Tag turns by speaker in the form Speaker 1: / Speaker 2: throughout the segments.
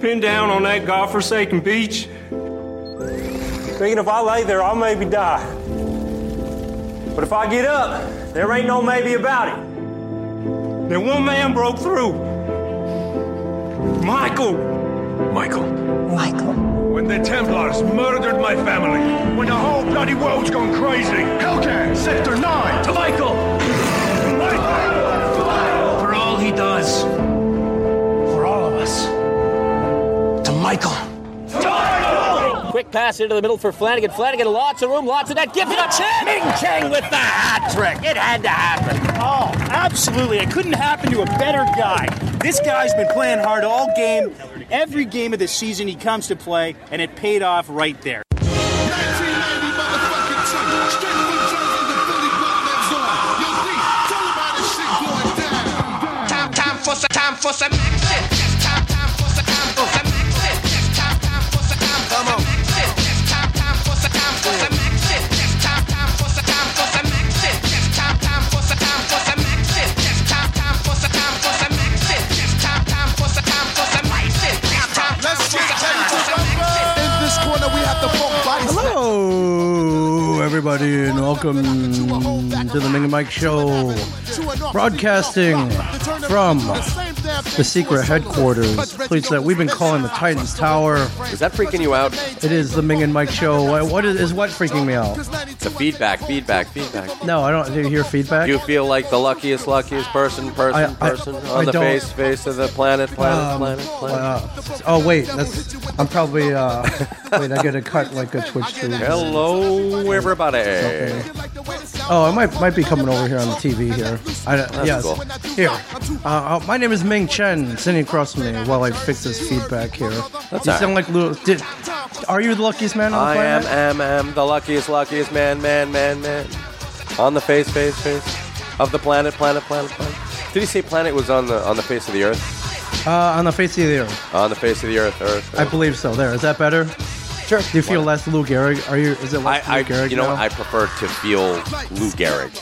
Speaker 1: been down on that godforsaken beach, thinking if I lay there, I'll maybe die. But if I get up, there ain't no maybe about it. Then one man broke through. Michael.
Speaker 2: Michael,
Speaker 3: Michael.
Speaker 4: When the Templars murdered my family, when the whole bloody world's gone crazy, Hellcat, Sector 9!
Speaker 2: to Michael, for all he does, for all of us, to Michael.
Speaker 5: Quick pass into the middle for Flanagan. Flanagan, lots of room, lots of net. Give it a chance.
Speaker 2: Ming Chang with the hat trick. It had to happen.
Speaker 6: Oh, absolutely. It couldn't happen to a better guy. This guy's been playing hard all game. Every game of the season he comes to play, and it paid off right there.
Speaker 7: 1990 motherfucking ten. Straight from Jersey to Philly, Black Lives on. Yo, D, tell 'em how this shit going down.
Speaker 8: Time, time for some, time for some action. It's time, time for some, time for some action. It's time, time for some, time for some action. It's time, time for some, time for some action. It's time, time for some, time for some action. It's time, time for some, time for some action. It's time, time for some, time for some action. It's time, time for some, time for some action. It's time, time for some, time for some action.
Speaker 7: In this corner, we have the folk body slam.
Speaker 9: Hello, everybody, and welcome to the Ming and Mike Show. Broadcasting from the secret headquarters, place that we've been calling the Titans Tower.
Speaker 10: Is that freaking you out?
Speaker 9: It is the Ming and Mike Show. What is, is what freaking me out?
Speaker 10: The feedback, feedback, feedback.
Speaker 9: No, I don't do you hear feedback.
Speaker 10: You feel like the luckiest, luckiest person, person,
Speaker 9: I- I-
Speaker 10: person
Speaker 9: I
Speaker 10: on the
Speaker 9: don't- Um,
Speaker 10: face, face of the planet, planet, planet, planet.
Speaker 9: Uh, oh wait, that's I'm probably uh, wait. I get a cut like a Twitch stream.
Speaker 10: Hello, everybody.
Speaker 9: Oh, I might might be coming over here on the TV here. I, don't- yes,
Speaker 10: cool.
Speaker 9: here. Uh, uh, my name is Ming Chen. Sitting across from me while I fix this feedback here. you
Speaker 10: all
Speaker 9: sound like Lou. Did, are you the luckiest man on the
Speaker 10: I am, am,
Speaker 9: planet?
Speaker 10: am the luckiest, luckiest man, man, man, man. On the face, face, face of the planet, planet, planet, planet. Did he say planet was on the on the face of the earth?
Speaker 9: Uh, on the face of the earth.
Speaker 10: On the face of the earth, earth.
Speaker 9: I
Speaker 10: earth.
Speaker 9: believe so. There. Is that better? Sure. Do you feel less Lou Gehrig? Are you? Is it
Speaker 10: I,
Speaker 9: less
Speaker 10: I,
Speaker 9: Lou Gehrig
Speaker 10: you know,
Speaker 9: now?
Speaker 10: what? I prefer to feel Lou Gehrig,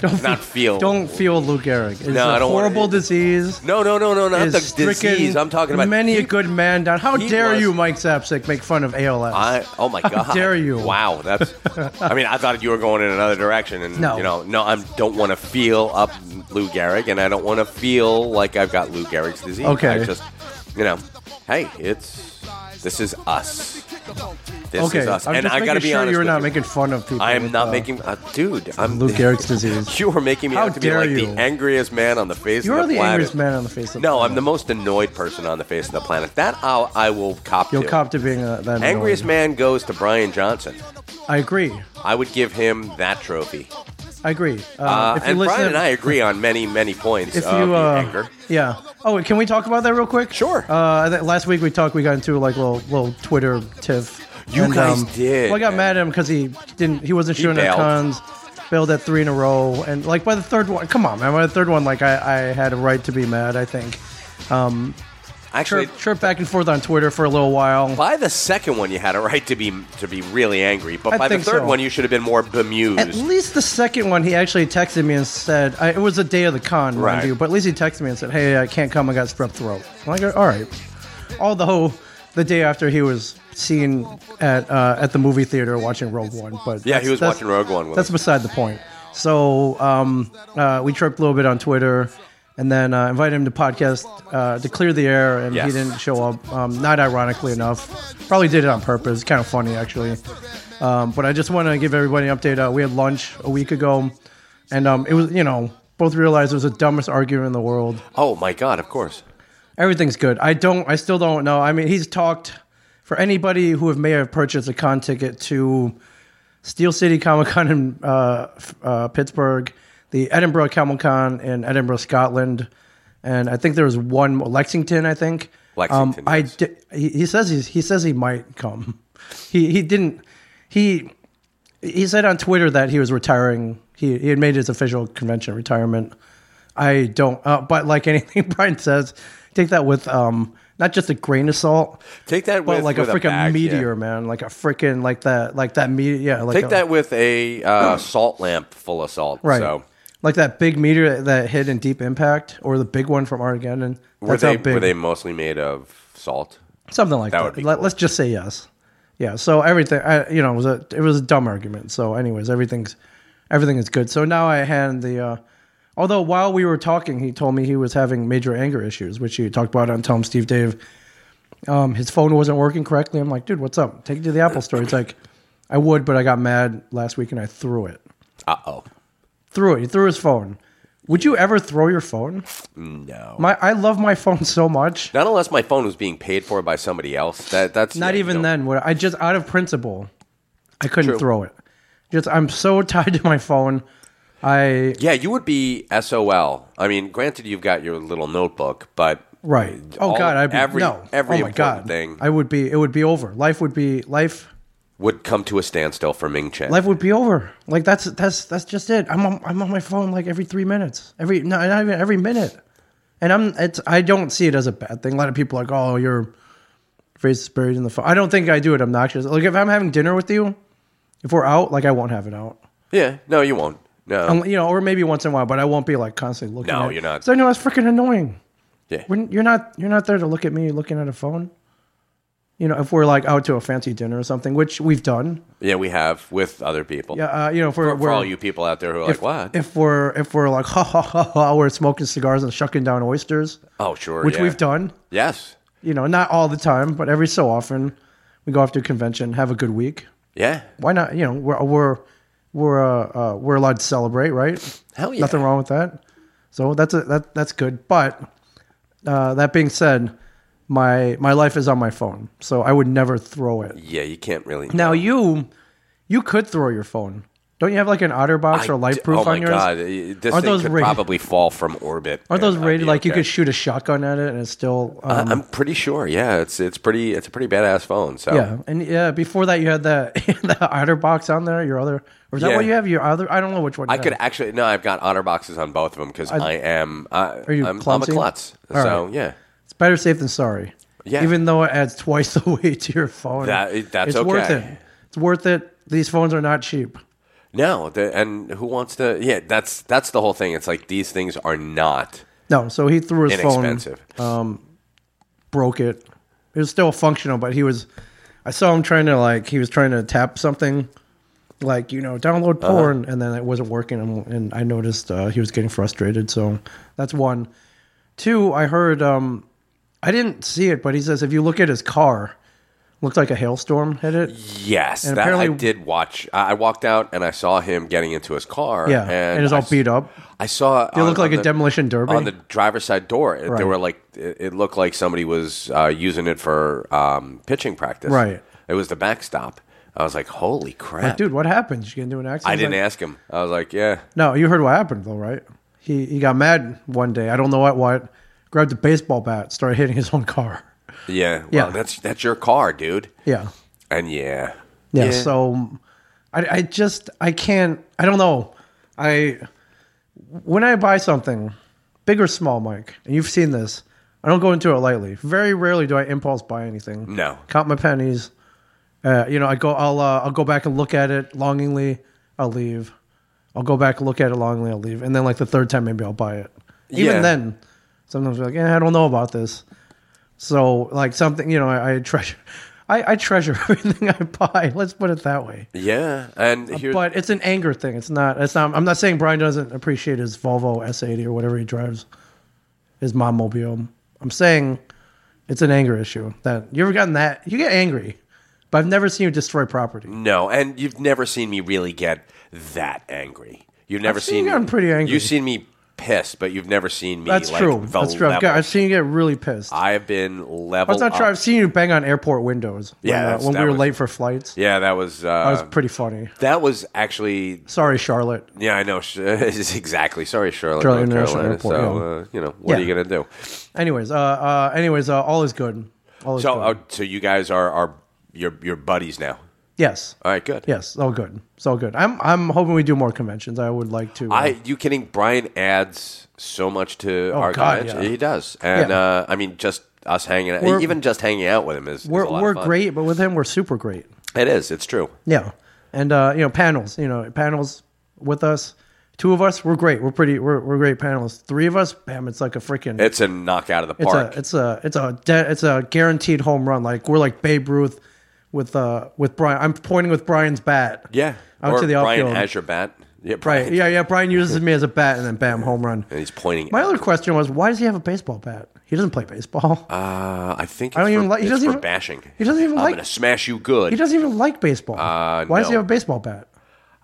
Speaker 9: don't
Speaker 10: not feel.
Speaker 9: feel- Don't feel Lou Gehrig. It's
Speaker 10: No,
Speaker 9: a
Speaker 10: I don't wanna-
Speaker 9: horrible disease.
Speaker 10: No, no, no, no, not
Speaker 9: It's
Speaker 10: the
Speaker 9: stricken
Speaker 10: disease. I'm talking about
Speaker 9: many a good man down. How
Speaker 10: he
Speaker 9: dare
Speaker 10: was-
Speaker 9: you, Mike Zapsik, make fun of ALS?
Speaker 10: I oh my god!
Speaker 9: dare you.
Speaker 10: Wow, that's. I mean, I thought you were going in another direction, and
Speaker 9: No.
Speaker 10: you know, no, I don't want to feel up Lou Gehrig, and I don't want to feel like I've got Lou Gehrig's disease.
Speaker 9: Okay.
Speaker 10: I just, you know, hey, it's this is us. This
Speaker 9: okay,
Speaker 10: is us,
Speaker 9: I'm
Speaker 10: and
Speaker 9: just
Speaker 10: I gotta
Speaker 9: making
Speaker 10: be
Speaker 9: sure
Speaker 10: honest.
Speaker 9: you're
Speaker 10: with
Speaker 9: not
Speaker 10: you.
Speaker 9: making fun of people.
Speaker 10: I am
Speaker 9: with,
Speaker 10: not
Speaker 9: uh,
Speaker 10: making, uh, dude. I'm
Speaker 9: Lou Gehrig's disease.
Speaker 10: You are making me
Speaker 9: How
Speaker 10: out to be
Speaker 9: dare
Speaker 10: like
Speaker 9: you.
Speaker 10: the angriest man on the face
Speaker 9: You're
Speaker 10: of the,
Speaker 9: the
Speaker 10: planet.
Speaker 9: angriest man on the face of the
Speaker 10: No, I'm the
Speaker 9: planet.
Speaker 10: most annoyed person on the face of the planet. That I'll, I will cop
Speaker 9: You'll
Speaker 10: to.
Speaker 9: cop to being a, uh, that
Speaker 10: Angriest
Speaker 9: annoying.
Speaker 10: man goes to Brian Johnson.
Speaker 9: I agree.
Speaker 10: I would give him that trophy.
Speaker 9: I agree. Uh,
Speaker 10: Uh,
Speaker 9: if you
Speaker 10: and
Speaker 9: listen,
Speaker 10: Brian and I agree on many, many points
Speaker 9: if
Speaker 10: of
Speaker 9: you
Speaker 10: the
Speaker 9: uh,
Speaker 10: anger.
Speaker 9: yeah. Oh, can we talk about that real quick?
Speaker 10: Sure.
Speaker 9: Uh, that last week we talked. We got into like little little Twitter tiff. um,
Speaker 10: You guys did,
Speaker 9: Well, I got
Speaker 10: man.
Speaker 9: mad at him because he didn't. He wasn't shooting at
Speaker 10: bailed.
Speaker 9: tons. Bailed at three in a row, and like by the third one, come on, man. By the third one, like I, I had a right to be mad. I think.
Speaker 10: Actually,
Speaker 9: Chirp, chirp back and forth on Twitter for a little while.
Speaker 10: by the second one, you had a right to be to be really angry, but
Speaker 9: I
Speaker 10: by the
Speaker 9: think
Speaker 10: third
Speaker 9: so.
Speaker 10: one, you should have been more
Speaker 9: At
Speaker 10: bemused.
Speaker 9: least the second one, he actually texted me and said, I, it was the day of the con, mind
Speaker 10: Right.
Speaker 9: you, but at least he texted me and said, hey, I can't come, I got strep throat. I'm like, all right. Although, the day after he was seen at uh, at the movie theater watching Rogue One, but
Speaker 10: Yeah, he
Speaker 9: that's-
Speaker 10: was
Speaker 9: that's-
Speaker 10: watching Rogue One with
Speaker 9: That's
Speaker 10: us.
Speaker 9: beside the point. So um, uh, we tripped a little bit on Twitter, and then uh, invited him to podcast uh, to clear the air, and he
Speaker 10: Yes.
Speaker 9: didn't show up. Um, not ironically enough, probably did it on purpose. Kind of funny actually. Um, but I just want to give everybody an update. Uh, we had lunch a week ago, and um, it was you know both realized it was the dumbest argument in the world.
Speaker 10: Oh my God! Of course.
Speaker 9: Everything's good. I don't. I still don't know. I mean, he's talked for anybody who have, may have purchased a con ticket to Steel City Comic Con in uh, f- uh, Pittsburgh, the Edinburgh Comic Con in Edinburgh, Scotland, and I think there was one Lexington. I think. Um,
Speaker 10: Lexington,
Speaker 9: I
Speaker 10: yes.
Speaker 9: di- he, he says he's, he says he might come. He he didn't. He he said on Twitter that he was retiring. He he had made his official convention retirement. I don't. Uh, but like anything Brian says, take that with um not just a grain of salt,
Speaker 10: Take that
Speaker 9: but
Speaker 10: with
Speaker 9: like
Speaker 10: with
Speaker 9: a freaking
Speaker 10: bag, yeah.
Speaker 9: meteor, man. Like a freaking like that like that meteor. Yeah, like
Speaker 10: Take
Speaker 9: a,
Speaker 10: that with a uh, salt lamp full of salt.
Speaker 9: right.
Speaker 10: So
Speaker 9: Like that big meteor that hit in Deep Impact, or the big one from Armageddon.
Speaker 10: were
Speaker 9: That's
Speaker 10: they
Speaker 9: how big.
Speaker 10: were they mostly made of salt?
Speaker 9: something like
Speaker 10: That
Speaker 9: that.
Speaker 10: would be
Speaker 9: Let,
Speaker 10: cool.
Speaker 9: Let's just say yes. Yeah. So everything, I, you know, it was a it was a dumb argument. So, anyways, everything's everything is good. So now I hand the. Uh, although while we were talking, he told me he was having major anger issues, which he talked about on Tom Steve Dave. Um, his phone wasn't working correctly. I'm like, dude, what's up? Take it to the Apple Store. He's like, I would, but I got mad last week and I threw it.
Speaker 10: Uh oh.
Speaker 9: Threw it. He threw his phone. Would you ever throw your phone?
Speaker 10: No.
Speaker 9: My, I love my phone so much.
Speaker 10: Not unless my phone was being paid for by somebody else. That that's
Speaker 9: Not
Speaker 10: yeah,
Speaker 9: even
Speaker 10: no.
Speaker 9: then. Would I just out of principle, I couldn't
Speaker 10: True.
Speaker 9: throw it. Just I'm so tied to my phone. I
Speaker 10: Yeah, you would be SOL. I mean, granted, you've got your little notebook, but
Speaker 9: right. Oh
Speaker 10: all-
Speaker 9: God, I'd be,
Speaker 10: every
Speaker 9: no.
Speaker 10: every
Speaker 9: oh my
Speaker 10: important
Speaker 9: God.
Speaker 10: thing
Speaker 9: I would be. It would be over. Life would be life.
Speaker 10: would come to a standstill for Ming Chen.
Speaker 9: Life would be over. Like that's that's that's just it. I'm on, I'm on my phone like every three minutes. Every no, not even every minute. And I'm it's I don't see it as a bad thing. A lot of people are like, oh, your face is buried in the phone. I don't think I do it obnoxious. Like if I'm having dinner with you, if we're out, like I won't have it out.
Speaker 10: yeah, no, you won't. No,
Speaker 9: Um, you know, or maybe once in a while, but I won't be like constantly looking.
Speaker 10: No,
Speaker 9: at it.
Speaker 10: you're not.
Speaker 9: So I know it's freaking annoying.
Speaker 10: yeah.
Speaker 9: When you're not, you're not there to look at me looking at a phone. You know, if we're like out to a fancy dinner or something, which we've done.
Speaker 10: yeah, we have with other people.
Speaker 9: Yeah, uh, you know, if we're,
Speaker 10: for, for
Speaker 9: we're
Speaker 10: all you people out there who are like,
Speaker 9: if,
Speaker 10: what?
Speaker 9: if we're if we're like ha ha ha ha, we're smoking cigars and shucking down oysters,
Speaker 10: oh, sure.
Speaker 9: which
Speaker 10: yeah.
Speaker 9: we've done.
Speaker 10: Yes.
Speaker 9: You know, not all the time, but every so often, we go off to a convention, have a good week.
Speaker 10: Yeah.
Speaker 9: Why not? You know, we're we're we're uh, uh, we're allowed to celebrate, right?
Speaker 10: Hell yeah.
Speaker 9: Nothing wrong with that. So that's a, that that's good. But uh, that being said, my my life is on my phone, so I would never throw it.
Speaker 10: Yeah, you can't really.
Speaker 9: Now you you could throw your phone. Don't you have like an OtterBox or
Speaker 10: I d-
Speaker 9: LifeProof proof
Speaker 10: oh my
Speaker 9: on yours?
Speaker 10: god, this
Speaker 9: Aren't
Speaker 10: thing
Speaker 9: those
Speaker 10: could
Speaker 9: rated-
Speaker 10: probably fall from orbit. and
Speaker 9: Aren't those
Speaker 10: I'd
Speaker 9: rated
Speaker 10: be
Speaker 9: like you
Speaker 10: okay.
Speaker 9: could shoot a shotgun at it and it's still
Speaker 10: I-
Speaker 9: um,
Speaker 10: I'm pretty sure. Yeah, it's it's pretty it's a pretty badass phone. So
Speaker 9: yeah and yeah before that you had that the OtterBox on there your other or is that
Speaker 10: Yeah.
Speaker 9: what you have your other I don't know which one
Speaker 10: I
Speaker 9: you have.
Speaker 10: could actually no. I've got otter boxes on both of them because I, am. I,
Speaker 9: Are you
Speaker 10: I'm, I'm a
Speaker 9: clumsy?
Speaker 10: klutz.
Speaker 9: All
Speaker 10: so
Speaker 9: right.
Speaker 10: yeah,
Speaker 9: it's better safe than sorry
Speaker 10: Yeah.
Speaker 9: even though it adds twice the weight to your phone
Speaker 10: That- that's
Speaker 9: it's worth
Speaker 10: okay.
Speaker 9: it it's worth it these phones are not cheap
Speaker 10: no. The, and who wants to? Yeah, that's that's the whole thing. It's like these things are not
Speaker 9: no so he threw his phone uh,
Speaker 10: inexpensive.
Speaker 9: broke it it was still functional but he was I saw him trying to like he was trying to tap something like you know download
Speaker 10: Uh-huh.
Speaker 9: porn and then it wasn't working and, and i noticed uh, he was getting frustrated so that's one two i heard um i didn't see it but he says if you look at his car looked like a hailstorm hit it
Speaker 10: yes,
Speaker 9: and
Speaker 10: that I
Speaker 9: apparently-
Speaker 10: did watch. I, I walked out and I saw him getting into his car.
Speaker 9: yeah
Speaker 10: and,
Speaker 9: and it's
Speaker 10: I
Speaker 9: all
Speaker 10: s-
Speaker 9: beat up
Speaker 10: I saw.
Speaker 9: They look like a demolition derby.
Speaker 10: on the driver's side door. It- They
Speaker 9: Right.
Speaker 10: were like it, it looked like somebody was uh, using it for um, pitching practice.
Speaker 9: Right.
Speaker 10: It was the backstop. I was like, holy crap,
Speaker 9: like, dude what happened did you get into an accident
Speaker 10: I
Speaker 9: He's
Speaker 10: didn't
Speaker 9: like,
Speaker 10: ask him. I was like, yeah.
Speaker 9: no you heard what happened though right he he got mad one day i don't know at what grabbed a baseball bat started hitting his own car
Speaker 10: Yeah, well,
Speaker 9: Yeah.
Speaker 10: that's that's your car, dude.
Speaker 9: yeah
Speaker 10: And yeah,
Speaker 9: yeah, so um, I, I just i can't i don't know i when i buy something big or small mike and you've seen this i don't go into it lightly very rarely do i impulse buy anything
Speaker 10: No.
Speaker 9: count my pennies uh, you know i go i'll uh, i'll go back and look at it longingly i'll leave i'll go back and look at it longingly i'll leave and then like the third time maybe i'll buy it even
Speaker 10: Yeah.
Speaker 9: then sometimes you're like eh, i don't know about this so like something you know i, I treasure I, I treasure everything i buy let's put it that way
Speaker 10: yeah. And here,
Speaker 9: but it's an anger thing. It's not. It's not. I'm not saying Brian doesn't appreciate his Volvo S80 or whatever he drives, his mom mobile. I'm saying it's an anger issue. That you ever gotten that? You get angry, but I've never seen you destroy property.
Speaker 10: no, and you've never seen me really get that angry. You've never
Speaker 9: seen
Speaker 10: seen.
Speaker 9: you
Speaker 10: me-
Speaker 9: gotten pretty angry.
Speaker 10: You've seen me pissed, but you've never seen me.
Speaker 9: That's
Speaker 10: like,
Speaker 9: true.
Speaker 10: the
Speaker 9: That's true. I've,
Speaker 10: level.
Speaker 9: got, I've seen you get really pissed. I,
Speaker 10: I have been level.
Speaker 9: was not sure.
Speaker 10: up.
Speaker 9: I've seen you bang on airport windows. when,
Speaker 10: Yeah,
Speaker 9: uh,
Speaker 10: that's-
Speaker 9: when,
Speaker 10: that
Speaker 9: we were
Speaker 10: was-
Speaker 9: late for flights,
Speaker 10: Yeah, that was. Uh,
Speaker 9: that was pretty funny.
Speaker 10: that was actually.
Speaker 9: Sorry, Charlotte.
Speaker 10: Yeah, I know. Sh- exactly. Sorry, Charlotte,
Speaker 9: Charlotte
Speaker 10: North Carolina.
Speaker 9: International Airport,
Speaker 10: so
Speaker 9: yeah.
Speaker 10: uh, you know, what are
Speaker 9: Yeah.
Speaker 10: you gonna do?
Speaker 9: Anyways, uh, uh anyways, uh, all is good. All is
Speaker 10: So,
Speaker 9: good.
Speaker 10: uh, so you guys are are your your buddies now.
Speaker 9: yes.
Speaker 10: All right, good.
Speaker 9: Yes, all good. It's all good. I'm I'm hoping we do more conventions. I would like to. uh,
Speaker 10: I you kidding? Brian adds so much to our
Speaker 9: Oh, God,
Speaker 10: convention.
Speaker 9: yeah.
Speaker 10: He does, and
Speaker 9: Yeah.
Speaker 10: uh, I mean, just us hanging out,
Speaker 9: We're-
Speaker 10: even just hanging out with him is is
Speaker 9: we're
Speaker 10: a lot
Speaker 9: we're
Speaker 10: of fun.
Speaker 9: great, but with him we're super great.
Speaker 10: It is. It's true.
Speaker 9: Yeah, and uh, you know panels, you know panels with us. Two of us, we're great. We're pretty. We're, we're great panelists. Three of us, bam! It's like a freaking.
Speaker 10: It's a knockout of the
Speaker 9: It's
Speaker 10: park.
Speaker 9: a it's a it's a de- it's a guaranteed home run. Like we're like Babe Ruth with uh with Brian. I'm pointing with Brian's bat.
Speaker 10: yeah.
Speaker 9: out
Speaker 10: or
Speaker 9: to the
Speaker 10: Brian
Speaker 9: outfield.
Speaker 10: has your bat. Yeah, Brian.
Speaker 9: Right. Yeah, yeah. Brian uses me as a bat, and then bam, home run.
Speaker 10: And he's pointing. uh,
Speaker 9: My other question was, why does he have a baseball bat? He doesn't play baseball.
Speaker 10: uh, I think it's
Speaker 9: I don't
Speaker 10: for,
Speaker 9: even like- he
Speaker 10: it's
Speaker 9: doesn't
Speaker 10: for
Speaker 9: even-
Speaker 10: bashing.
Speaker 9: he doesn't even
Speaker 10: I'm
Speaker 9: like-
Speaker 10: gonna smash you good.
Speaker 9: he doesn't even like baseball.
Speaker 10: Uh,
Speaker 9: why does he
Speaker 10: no.
Speaker 9: have a baseball bat?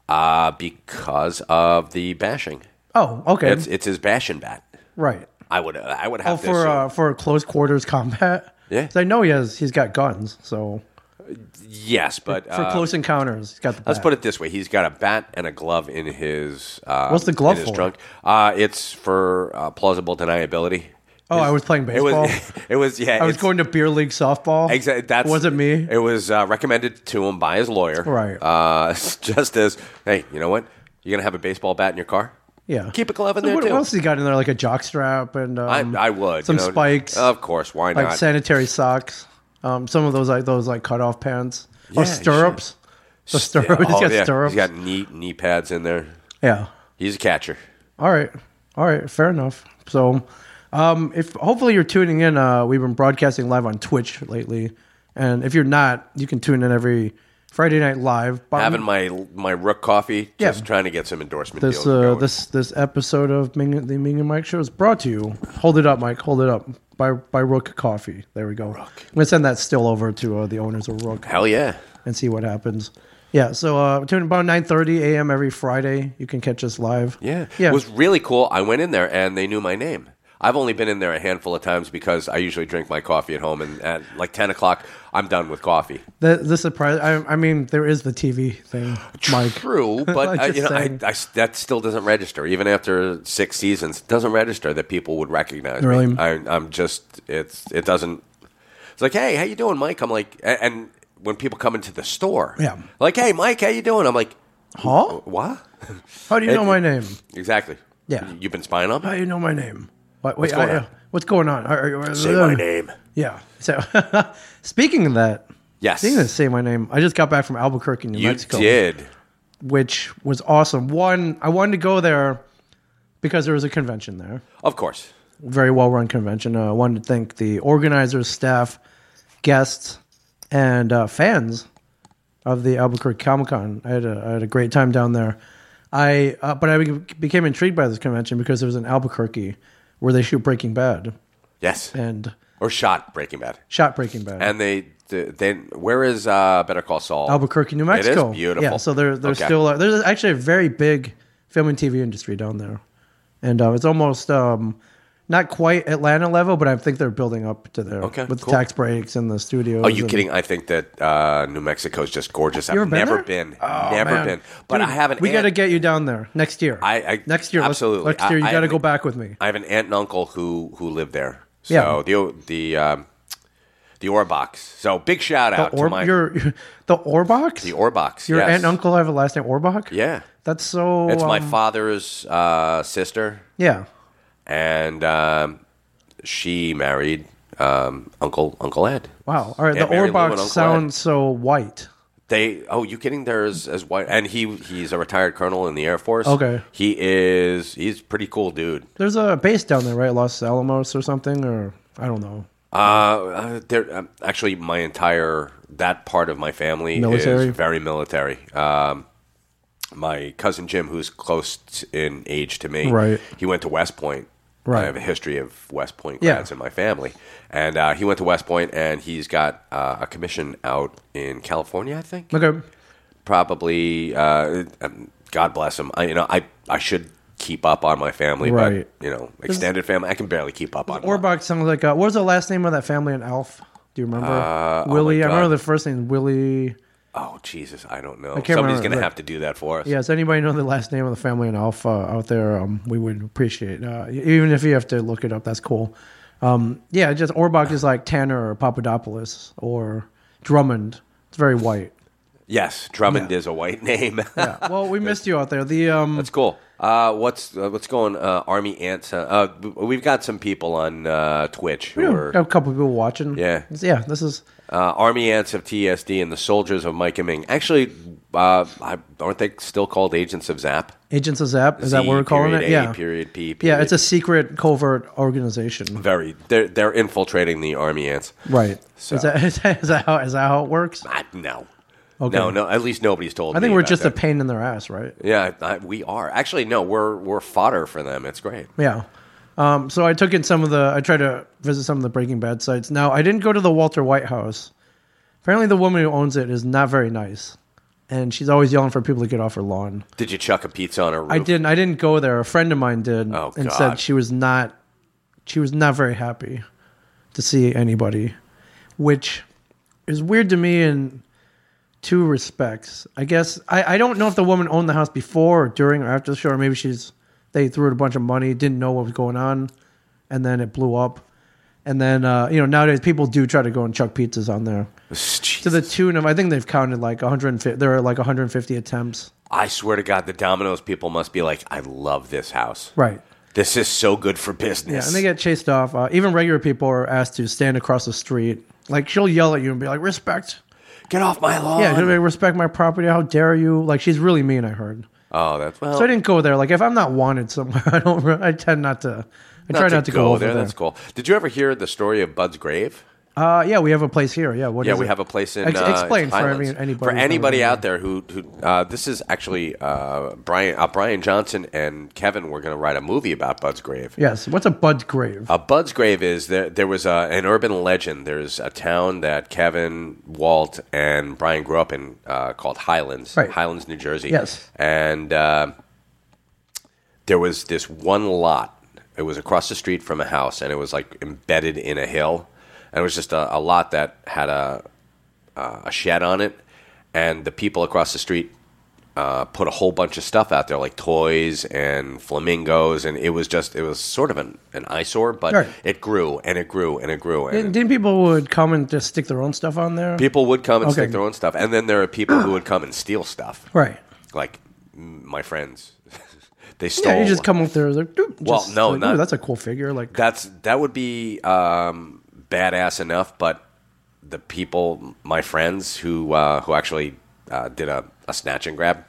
Speaker 10: Uh, because of the bashing.
Speaker 9: Oh, okay.
Speaker 10: It's it's his bashing bat.
Speaker 9: right.
Speaker 10: I would I would have
Speaker 9: Oh,
Speaker 10: to
Speaker 9: for
Speaker 10: assume.
Speaker 9: uh, for close quarters combat.
Speaker 10: Yeah.
Speaker 9: 'Cause I know he has. He's got guns. So
Speaker 10: yes, but
Speaker 9: for
Speaker 10: uh,
Speaker 9: close encounters, he's got the.
Speaker 10: Let's
Speaker 9: bat.
Speaker 10: put it this way: he's got a bat and a glove in his. Uh,
Speaker 9: What's the glove
Speaker 10: in his
Speaker 9: for?
Speaker 10: Trunk. Uh, it's for uh, plausible deniability.
Speaker 9: Oh, I was playing baseball.
Speaker 10: It was. It was yeah.
Speaker 9: I was
Speaker 10: it's-
Speaker 9: going to beer league softball.
Speaker 10: Exactly. That's
Speaker 9: wasn't me.
Speaker 10: It was uh, recommended to him by his lawyer.
Speaker 9: Right.
Speaker 10: Uh, just as hey, you know what? You're gonna have a baseball bat in your car.
Speaker 9: yeah.
Speaker 10: Keep a glove in
Speaker 9: So
Speaker 10: there
Speaker 9: what,
Speaker 10: too.
Speaker 9: What else he got in there? Like a jock strap and um,
Speaker 10: I, I would
Speaker 9: some
Speaker 10: you know.
Speaker 9: spikes.
Speaker 10: Of course, why
Speaker 9: like
Speaker 10: not?
Speaker 9: sanitary socks. Um, some of those like those like cut off pants.
Speaker 10: Yeah,
Speaker 9: oh,
Speaker 10: he should.
Speaker 9: stirrups. The stirrups.
Speaker 10: Yeah,
Speaker 9: he's
Speaker 10: oh,
Speaker 9: got
Speaker 10: yeah.
Speaker 9: stirrups.
Speaker 10: He's got knee knee pads in there.
Speaker 9: yeah.
Speaker 10: He's a catcher.
Speaker 9: All right. All right. Fair enough. So, um, if hopefully you're tuning in, uh, we've been broadcasting live on Twitch lately, and if you're not, you can tune in every Friday night live. But
Speaker 10: Having my my rook coffee,
Speaker 9: Um, Yeah.
Speaker 10: just trying to get some endorsement
Speaker 9: this
Speaker 10: deals.
Speaker 9: uh,
Speaker 10: going.
Speaker 9: this this episode of Ming, the Ming and Mike show is brought to you. Hold it up, Mike. Hold it up. By by Rook Coffee. There we go. I'm gonna send that still over to uh, the owners of Rook.
Speaker 10: Hell yeah.
Speaker 9: and see what happens. Yeah, so uh, tune in about nine thirty a.m. every Friday. You can catch us live.
Speaker 10: Yeah.
Speaker 9: yeah,
Speaker 10: It was really cool. I went in there and they knew my name. I've only been in there a handful of times because I usually drink my coffee at home and at like 10 o'clock, I'm done with coffee.
Speaker 9: the, the surprise. I, I mean, there is the TV thing, Mike.
Speaker 10: True, but
Speaker 9: I'm
Speaker 10: I,
Speaker 9: just
Speaker 10: you know, I,
Speaker 9: saying.
Speaker 10: I, that still doesn't register. Even after six seasons, it doesn't register that people would recognize me.
Speaker 9: Really?
Speaker 10: I, I'm just, it's, it doesn't. It's like, hey, how you doing, Mike? I'm like, a- and when people come into the store,
Speaker 9: Yeah.
Speaker 10: like, hey, Mike, how you doing? I'm like, "Uh,
Speaker 9: Huh?
Speaker 10: what?
Speaker 9: How do you
Speaker 10: It-
Speaker 9: know my name?
Speaker 10: Exactly.
Speaker 9: Yeah.
Speaker 10: You've been spying on
Speaker 9: How
Speaker 10: me?
Speaker 9: do you know my name? What, wait,
Speaker 10: What's going
Speaker 9: I,
Speaker 10: on?
Speaker 9: uh, what's going on? Are- are- are-
Speaker 10: Say my name.
Speaker 9: Yeah. So, speaking of that,
Speaker 10: Yes.
Speaker 9: speaking of say my name, I just got back from Albuquerque, New
Speaker 10: You
Speaker 9: Mexico.
Speaker 10: did.
Speaker 9: which was awesome. One, I wanted to go there because there was a convention there.
Speaker 10: Of course.
Speaker 9: very well run convention. Uh, I wanted to thank the organizers, staff, guests, and uh, fans of the Albuquerque Comic Con. I had a I had a great time down there. I uh, but I be- became intrigued by this convention because there was an Albuquerque where they shoot Breaking Bad
Speaker 10: Yes.
Speaker 9: and
Speaker 10: or shot Breaking Bad.
Speaker 9: shot Breaking Bad.
Speaker 10: And they then where is uh, Better Call Saul?
Speaker 9: Albuquerque, New Mexico.
Speaker 10: It is beautiful.
Speaker 9: Yeah, so there, there's
Speaker 10: Okay.
Speaker 9: still a, there's actually a very big film and TV industry down there, and uh, it's almost um, not quite Atlanta level, but I think they're building up to there
Speaker 10: Okay,
Speaker 9: with
Speaker 10: cool.
Speaker 9: tax breaks and the studios.
Speaker 10: Are Oh, you
Speaker 9: and-
Speaker 10: kidding? I think that uh, New Mexico is just gorgeous. I've
Speaker 9: You ever been
Speaker 10: never
Speaker 9: there?
Speaker 10: been,
Speaker 9: Oh,
Speaker 10: never
Speaker 9: man.
Speaker 10: been, but
Speaker 9: Dude,
Speaker 10: I haven't.
Speaker 9: We got to get you down there next year.
Speaker 10: I, I
Speaker 9: next year, let's-
Speaker 10: absolutely.
Speaker 9: Next,
Speaker 10: I-
Speaker 9: year,
Speaker 10: I
Speaker 9: you got to
Speaker 10: have
Speaker 9: go
Speaker 10: an-
Speaker 9: back with me.
Speaker 10: I have an aunt and uncle who who live there. So
Speaker 9: Yeah.
Speaker 10: the the um, the Orbachs. So big shout out
Speaker 9: Or
Speaker 10: to my
Speaker 9: your the Orbach.
Speaker 10: the Orbachs.
Speaker 9: Your
Speaker 10: yes.
Speaker 9: aunt and uncle have a last name Orbach.
Speaker 10: Yeah,
Speaker 9: that's so.
Speaker 10: it's my
Speaker 9: um,
Speaker 10: father's uh, sister.
Speaker 9: Yeah,
Speaker 10: and um, she married um, Uncle Uncle Ed.
Speaker 9: wow. All right,
Speaker 10: Yeah,
Speaker 9: the
Speaker 10: Mary Lou and
Speaker 9: Orbach
Speaker 10: Uncle Ed.
Speaker 9: sound so white.
Speaker 10: They oh, you kidding? There's as white, and he he's a retired colonel in the Air Force.
Speaker 9: Okay.
Speaker 10: he is he's a pretty cool dude.
Speaker 9: There's a base down there, right? Los Alamos or something, or I don't know.
Speaker 10: Uh, uh, there um, actually my entire that part of my family
Speaker 9: Military?
Speaker 10: is very military. Um, my cousin Jim, who's close t- in age to me,
Speaker 9: Right.
Speaker 10: He went to West Point.
Speaker 9: Right.
Speaker 10: I have a history of West Point
Speaker 9: Yeah.
Speaker 10: grads in my family, and uh, he went to West Point, and he's got uh, a commission out in California, I think.
Speaker 9: Okay.
Speaker 10: Probably, uh, um, God bless him. I, you know, I I should keep up on my family,
Speaker 9: Right.
Speaker 10: but you know, extended family, I can barely keep up on. mine.
Speaker 9: Orbach sounds like uh, what was the last name of that family in Alf? Do you remember?
Speaker 10: oh
Speaker 9: Willie.
Speaker 10: my
Speaker 9: I remember
Speaker 10: God.
Speaker 9: the first name Willie.
Speaker 10: Oh Jesus, I don't know.
Speaker 9: can't
Speaker 10: Somebody's
Speaker 9: remember,
Speaker 10: gonna
Speaker 9: but-
Speaker 10: have to do that for us.
Speaker 9: Yeah, does anybody know the last name of the family in Alf uh, out there? Um, we would appreciate uh, even if you have to look it up. That's cool. Um, yeah, just Orbach is like Tanner or Papadopoulos or Drummond. It's very white.
Speaker 10: Yes, Drummond is a white name.
Speaker 9: Yeah. Well, we missed you out there. The um,
Speaker 10: That's cool. Uh, what's uh, what's going? Uh, Army ants. Uh, uh, w- we've got some people on uh, Twitch who
Speaker 9: we
Speaker 10: are
Speaker 9: have a couple people watching.
Speaker 10: Yeah.
Speaker 9: yeah. This is
Speaker 10: uh, Army ants of TSD and the soldiers of Mike and Ming. Actually, uh, I, aren't they still called Agents of Zap?
Speaker 9: Agents of Zap, is that
Speaker 10: Z
Speaker 9: what we're calling
Speaker 10: period
Speaker 9: it?
Speaker 10: A
Speaker 9: yeah.
Speaker 10: Period P.
Speaker 9: Yeah,
Speaker 10: period-
Speaker 9: it's a secret covert organization.
Speaker 10: very. They're they're infiltrating the army ants.
Speaker 9: Right.
Speaker 10: So-
Speaker 9: Is, that, is, that, is, that how, is that how it works?
Speaker 10: I, no.
Speaker 9: Okay.
Speaker 10: No, no. At least nobody's told.
Speaker 9: I think
Speaker 10: me
Speaker 9: we're
Speaker 10: about
Speaker 9: just a
Speaker 10: that.
Speaker 9: pain in their ass, right?
Speaker 10: Yeah, I, we are actually no. We're we're fodder for them. It's great.
Speaker 9: Yeah. Um, so I took in some of the, I tried to visit some of the Breaking Bad sites. Now, I didn't go to the Walter White house. Apparently, the woman who owns it is not very nice. And she's always yelling for people to get off her lawn.
Speaker 10: Did you chuck a pizza on a roof?
Speaker 9: I didn't. I didn't go there. A friend of mine did,
Speaker 10: Oh,
Speaker 9: and
Speaker 10: God.
Speaker 9: said she was not. She was not very happy to see anybody, which is weird to me in two respects. I guess I, I don't know if the woman owned the house before, or during, or after the show, or maybe she's they threw it a bunch of money, didn't know what was going on, and then it blew up. And then uh, you know nowadays people do try to go and chuck pizzas on there to the tune of I think they've counted like 150. There are like 150 attempts.
Speaker 10: I swear to God, the Domino's people must be like, I love this house.
Speaker 9: Right.
Speaker 10: This is so good for
Speaker 9: Yeah,
Speaker 10: business.
Speaker 9: and they get chased off. Uh, even regular people are asked to stand across the street. Like she'll yell at you and be like, "Respect."
Speaker 10: Get off my lawn.
Speaker 9: Yeah, she'll be like, respect my property. How dare you? Like she's really mean. I heard.
Speaker 10: oh, that's well.
Speaker 9: So I didn't go there. Like if I'm not wanted somewhere, I don't. re- I tend not to. I try not to go, over there.
Speaker 10: That's cool. Did you ever hear the story of Bud's grave?
Speaker 9: Uh, yeah, we have a place here. Yeah, what
Speaker 10: yeah,
Speaker 9: is
Speaker 10: we
Speaker 9: it?
Speaker 10: have a place in.
Speaker 9: Ex-
Speaker 10: uh,
Speaker 9: explain for
Speaker 10: Highlands.
Speaker 9: every, anybody
Speaker 10: for
Speaker 9: who's not
Speaker 10: anybody
Speaker 9: really
Speaker 10: out there who who uh, this is actually uh, Brian uh, Brian Johnson and Kevin were going to write a movie about Bud's grave.
Speaker 9: Yes. What's a bud grave?
Speaker 10: Uh, Bud's grave is there. There was a, an urban legend. There's a town that Kevin, Walt, and Brian grew up in uh, called Highlands,
Speaker 9: Right.
Speaker 10: Highlands, New Jersey.
Speaker 9: Yes.
Speaker 10: and uh, there was this one lot. It was across the street from a house, and it was like embedded in a hill. And it was just a, a lot that had a uh, a shed on it, and the people across the street uh, put a whole bunch of stuff out there, like toys and flamingos, and it was just it was sort of an, an eyesore, but
Speaker 9: Right.
Speaker 10: it grew and it grew and it grew, and
Speaker 9: Didn't, didn't people would come and just stick their own stuff on there?
Speaker 10: people would come and
Speaker 9: Okay.
Speaker 10: stick their own stuff, and then there are people who would come and steal stuff,
Speaker 9: right.
Speaker 10: like m- my friends. they stole.
Speaker 9: Yeah, you just come up there. Like, doop,
Speaker 10: Well,
Speaker 9: just
Speaker 10: no,
Speaker 9: like,
Speaker 10: not-
Speaker 9: "Ooh, that's a cool figure. Like
Speaker 10: That's that would be um, badass enough, but the people, my friends who uh, who actually uh, did a, a snatch and grab,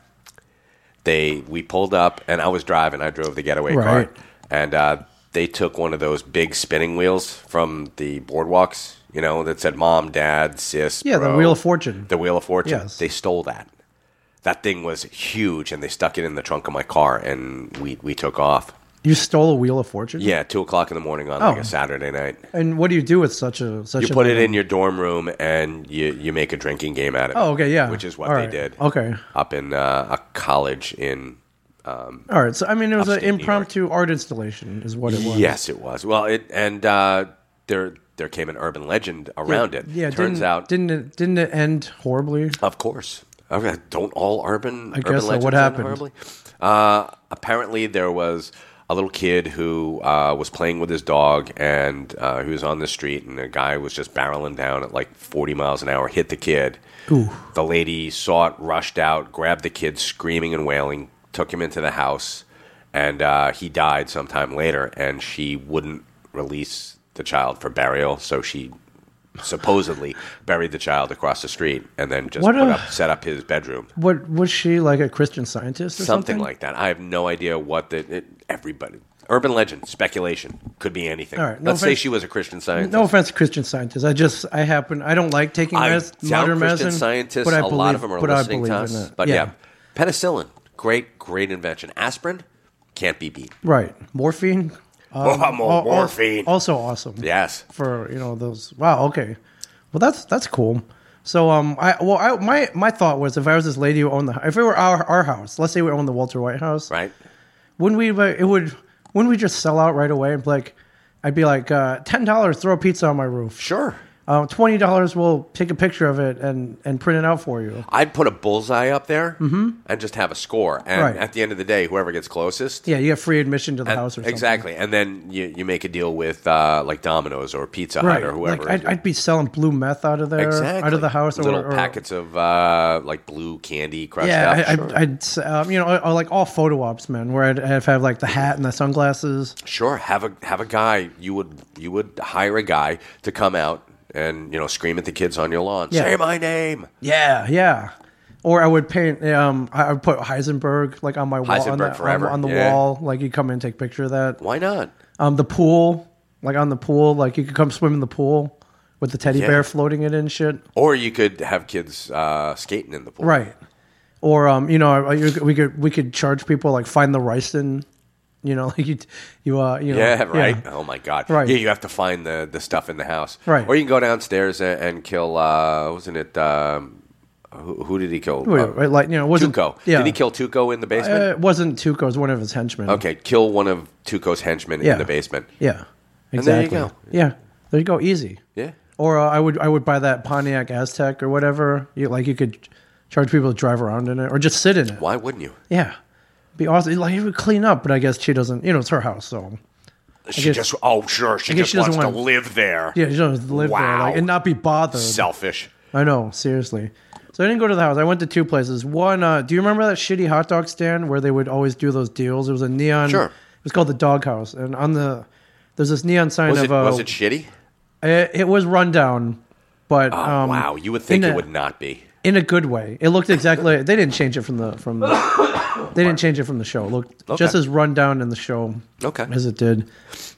Speaker 10: they we pulled up and I was driving. I drove the getaway
Speaker 9: Right.
Speaker 10: car, and uh, they took one of those big spinning wheels from the boardwalks. You know that said mom, dad, sis.
Speaker 9: Yeah, the
Speaker 10: bro."
Speaker 9: Wheel of Fortune.
Speaker 10: The wheel of fortune.
Speaker 9: Yes.
Speaker 10: They stole that. That thing was huge, and they stuck it in the trunk of my car, and we we took off.
Speaker 9: you stole a wheel of fortune.
Speaker 10: Yeah, two o'clock in the morning on like
Speaker 9: Oh.
Speaker 10: a Saturday night.
Speaker 9: And what do you do with such a such
Speaker 10: You
Speaker 9: a
Speaker 10: put it
Speaker 9: thing?
Speaker 10: in your dorm room and you, you make a drinking game out of it.
Speaker 9: Oh, okay, yeah.
Speaker 10: Which is what
Speaker 9: All
Speaker 10: they
Speaker 9: right.
Speaker 10: did.
Speaker 9: Okay.
Speaker 10: Up in uh, a college in.
Speaker 9: All right. So I mean, it was an
Speaker 10: Upstate New York.
Speaker 9: impromptu art installation, is what it was.
Speaker 10: Yes, it was. Well, it and uh, there there came an urban legend around it.
Speaker 9: Yeah.
Speaker 10: Turns
Speaker 9: didn't,
Speaker 10: out,
Speaker 9: didn't it, didn't it end horribly?
Speaker 10: of course. Okay, don't all urban?
Speaker 9: I
Speaker 10: urban
Speaker 9: guess so.
Speaker 10: legends
Speaker 9: What
Speaker 10: end
Speaker 9: happened?
Speaker 10: horribly? Uh, apparently, there was a little kid who uh, was playing with his dog, and uh, he was on the street, and a guy was just barreling down at like forty miles an hour, hit the kid.
Speaker 9: Ooh.
Speaker 10: The lady saw it, rushed out, grabbed the kid, screaming and wailing, took him into the house, and uh, he died sometime later. And she wouldn't release the child for burial, so she supposedly buried the child across the street and then just
Speaker 9: What
Speaker 10: put
Speaker 9: a-
Speaker 10: up, set up his bedroom.
Speaker 9: What was she like a Christian scientist or
Speaker 10: Something,
Speaker 9: something?
Speaker 10: like that. I have no idea what the it, everybody. Urban legend, speculation, could be anything.
Speaker 9: All right, no
Speaker 10: Let's say
Speaker 9: offense-
Speaker 10: she was a Christian scientist.
Speaker 9: No offense, to Christian scientists. I just I happen I don't like taking
Speaker 10: I
Speaker 9: medicine,
Speaker 10: doubt
Speaker 9: modern
Speaker 10: Christian
Speaker 9: medicine.
Speaker 10: scientists.
Speaker 9: but I
Speaker 10: a
Speaker 9: believe,
Speaker 10: lot of them are
Speaker 9: but
Speaker 10: listening
Speaker 9: I
Speaker 10: to
Speaker 9: believe in
Speaker 10: us.
Speaker 9: it.
Speaker 10: But yeah. penicillin, great, great invention. Aspirin can't be beat.
Speaker 9: Right. Morphine. Um,
Speaker 10: Oh, more
Speaker 9: al- al-
Speaker 10: morphine.
Speaker 9: Also awesome.
Speaker 10: Yes.
Speaker 9: For you know those. Wow. Okay. Well, that's that's cool. So um, I well I my my thought was if I was this lady who owned the if it were our our house, let's say we owned the Walter White house,
Speaker 10: Right?
Speaker 9: Wouldn't we? like, It would. Wouldn't we just sell out right away and be like, I'd be like uh, ten dollars, throw a pizza on my roof.
Speaker 10: Sure.
Speaker 9: Uh, Twenty dollars, we'll take a picture of it and and print it out for you.
Speaker 10: I'd put a bullseye up there and just have a score. And
Speaker 9: Mm-hmm. Right.
Speaker 10: at the end of the day, whoever gets closest.
Speaker 9: Yeah, you get free admission to the
Speaker 10: and-
Speaker 9: house or something.
Speaker 10: exactly. And then you, you make a deal with uh, like Domino's or Pizza Hut
Speaker 9: Right.
Speaker 10: or whoever.
Speaker 9: Like I'd, I'd be selling blue meth out of there,
Speaker 10: exactly.
Speaker 9: out of the house, or
Speaker 10: Little
Speaker 9: or,
Speaker 10: packets of uh, like blue candy crushed
Speaker 9: Yeah,
Speaker 10: up.
Speaker 9: I,
Speaker 10: sure.
Speaker 9: I, I'd s- um, you know I- I like all photo ops, man. Where I'd, I'd have like the hat and the sunglasses.
Speaker 10: Sure, have a have a guy. You would you would hire a guy to come out and you know scream at the kids on your lawn.
Speaker 9: Yeah.
Speaker 10: Say my name.
Speaker 9: Yeah, yeah. Or I would paint. Um, I I would put Heisenberg like on my wall on
Speaker 10: Heisenberg
Speaker 9: the, on,
Speaker 10: forever,
Speaker 9: on the
Speaker 10: yeah.
Speaker 9: wall. Like you come in and take a picture of that.
Speaker 10: Why not?
Speaker 9: Um, the pool, like on the pool, like you could come swim in the pool with the teddy
Speaker 10: Yeah.
Speaker 9: bear floating it in and shit.
Speaker 10: Or you could have kids uh, skating in the pool.
Speaker 9: Right. Or um, you know, I- I- you- we could we could charge people like find the ricin, you know, like you you uh you know
Speaker 10: Yeah, right. Oh my god.
Speaker 9: Right.
Speaker 10: Yeah, you have to find the, the stuff in the house.
Speaker 9: Right.
Speaker 10: Or you can go downstairs and, and kill. Uh, wasn't it? Um, who, who did he kill?
Speaker 9: Wait,
Speaker 10: Uh,
Speaker 9: right, like you know, it wasn't
Speaker 10: Tuco.
Speaker 9: Yeah,
Speaker 10: Did he kill Tuco in the
Speaker 9: Uh,
Speaker 10: basement?
Speaker 9: it wasn't Tuco. It was one of his henchmen.
Speaker 10: okay, kill one of Tuco's henchmen
Speaker 9: Yeah.
Speaker 10: in the basement.
Speaker 9: Yeah.
Speaker 10: And there you
Speaker 9: Exactly.
Speaker 10: go.
Speaker 9: Yeah. There you go. Easy.
Speaker 10: Yeah.
Speaker 9: Or uh, I would I would buy that Pontiac Aztec or whatever. You like you could charge people to drive around in it or just sit in it.
Speaker 10: Why wouldn't you?
Speaker 9: Yeah. Be awesome. Like it would clean up, but I guess she doesn't. You know, it's her house, so
Speaker 10: She
Speaker 9: guess-
Speaker 10: just. Oh, sure. She
Speaker 9: guess
Speaker 10: just
Speaker 9: she doesn't
Speaker 10: wants to
Speaker 9: want-
Speaker 10: live there.
Speaker 9: yeah, she doesn't live there
Speaker 10: Wow.
Speaker 9: like, and not be bothered.
Speaker 10: Selfish.
Speaker 9: I know, seriously. So I didn't go to the house. I went to two places. One, uh, do you remember that shitty hot dog stand where they would always do those deals? It was a neon.
Speaker 10: Sure.
Speaker 9: It was called the Dog House, and on the there's this neon sign
Speaker 10: Was
Speaker 9: of
Speaker 10: it,
Speaker 9: uh,
Speaker 10: was it shitty?
Speaker 9: It, Eh, it was rundown, but
Speaker 10: Oh,
Speaker 9: um,
Speaker 10: wow. You would think
Speaker 9: in
Speaker 10: it
Speaker 9: a-
Speaker 10: would not be.
Speaker 9: in a good way. It looked exactly. they didn't change it from the from. The, they didn't change it from the show. It looked just
Speaker 10: Okay.
Speaker 9: as rundown in the show.
Speaker 10: Okay.
Speaker 9: As it did.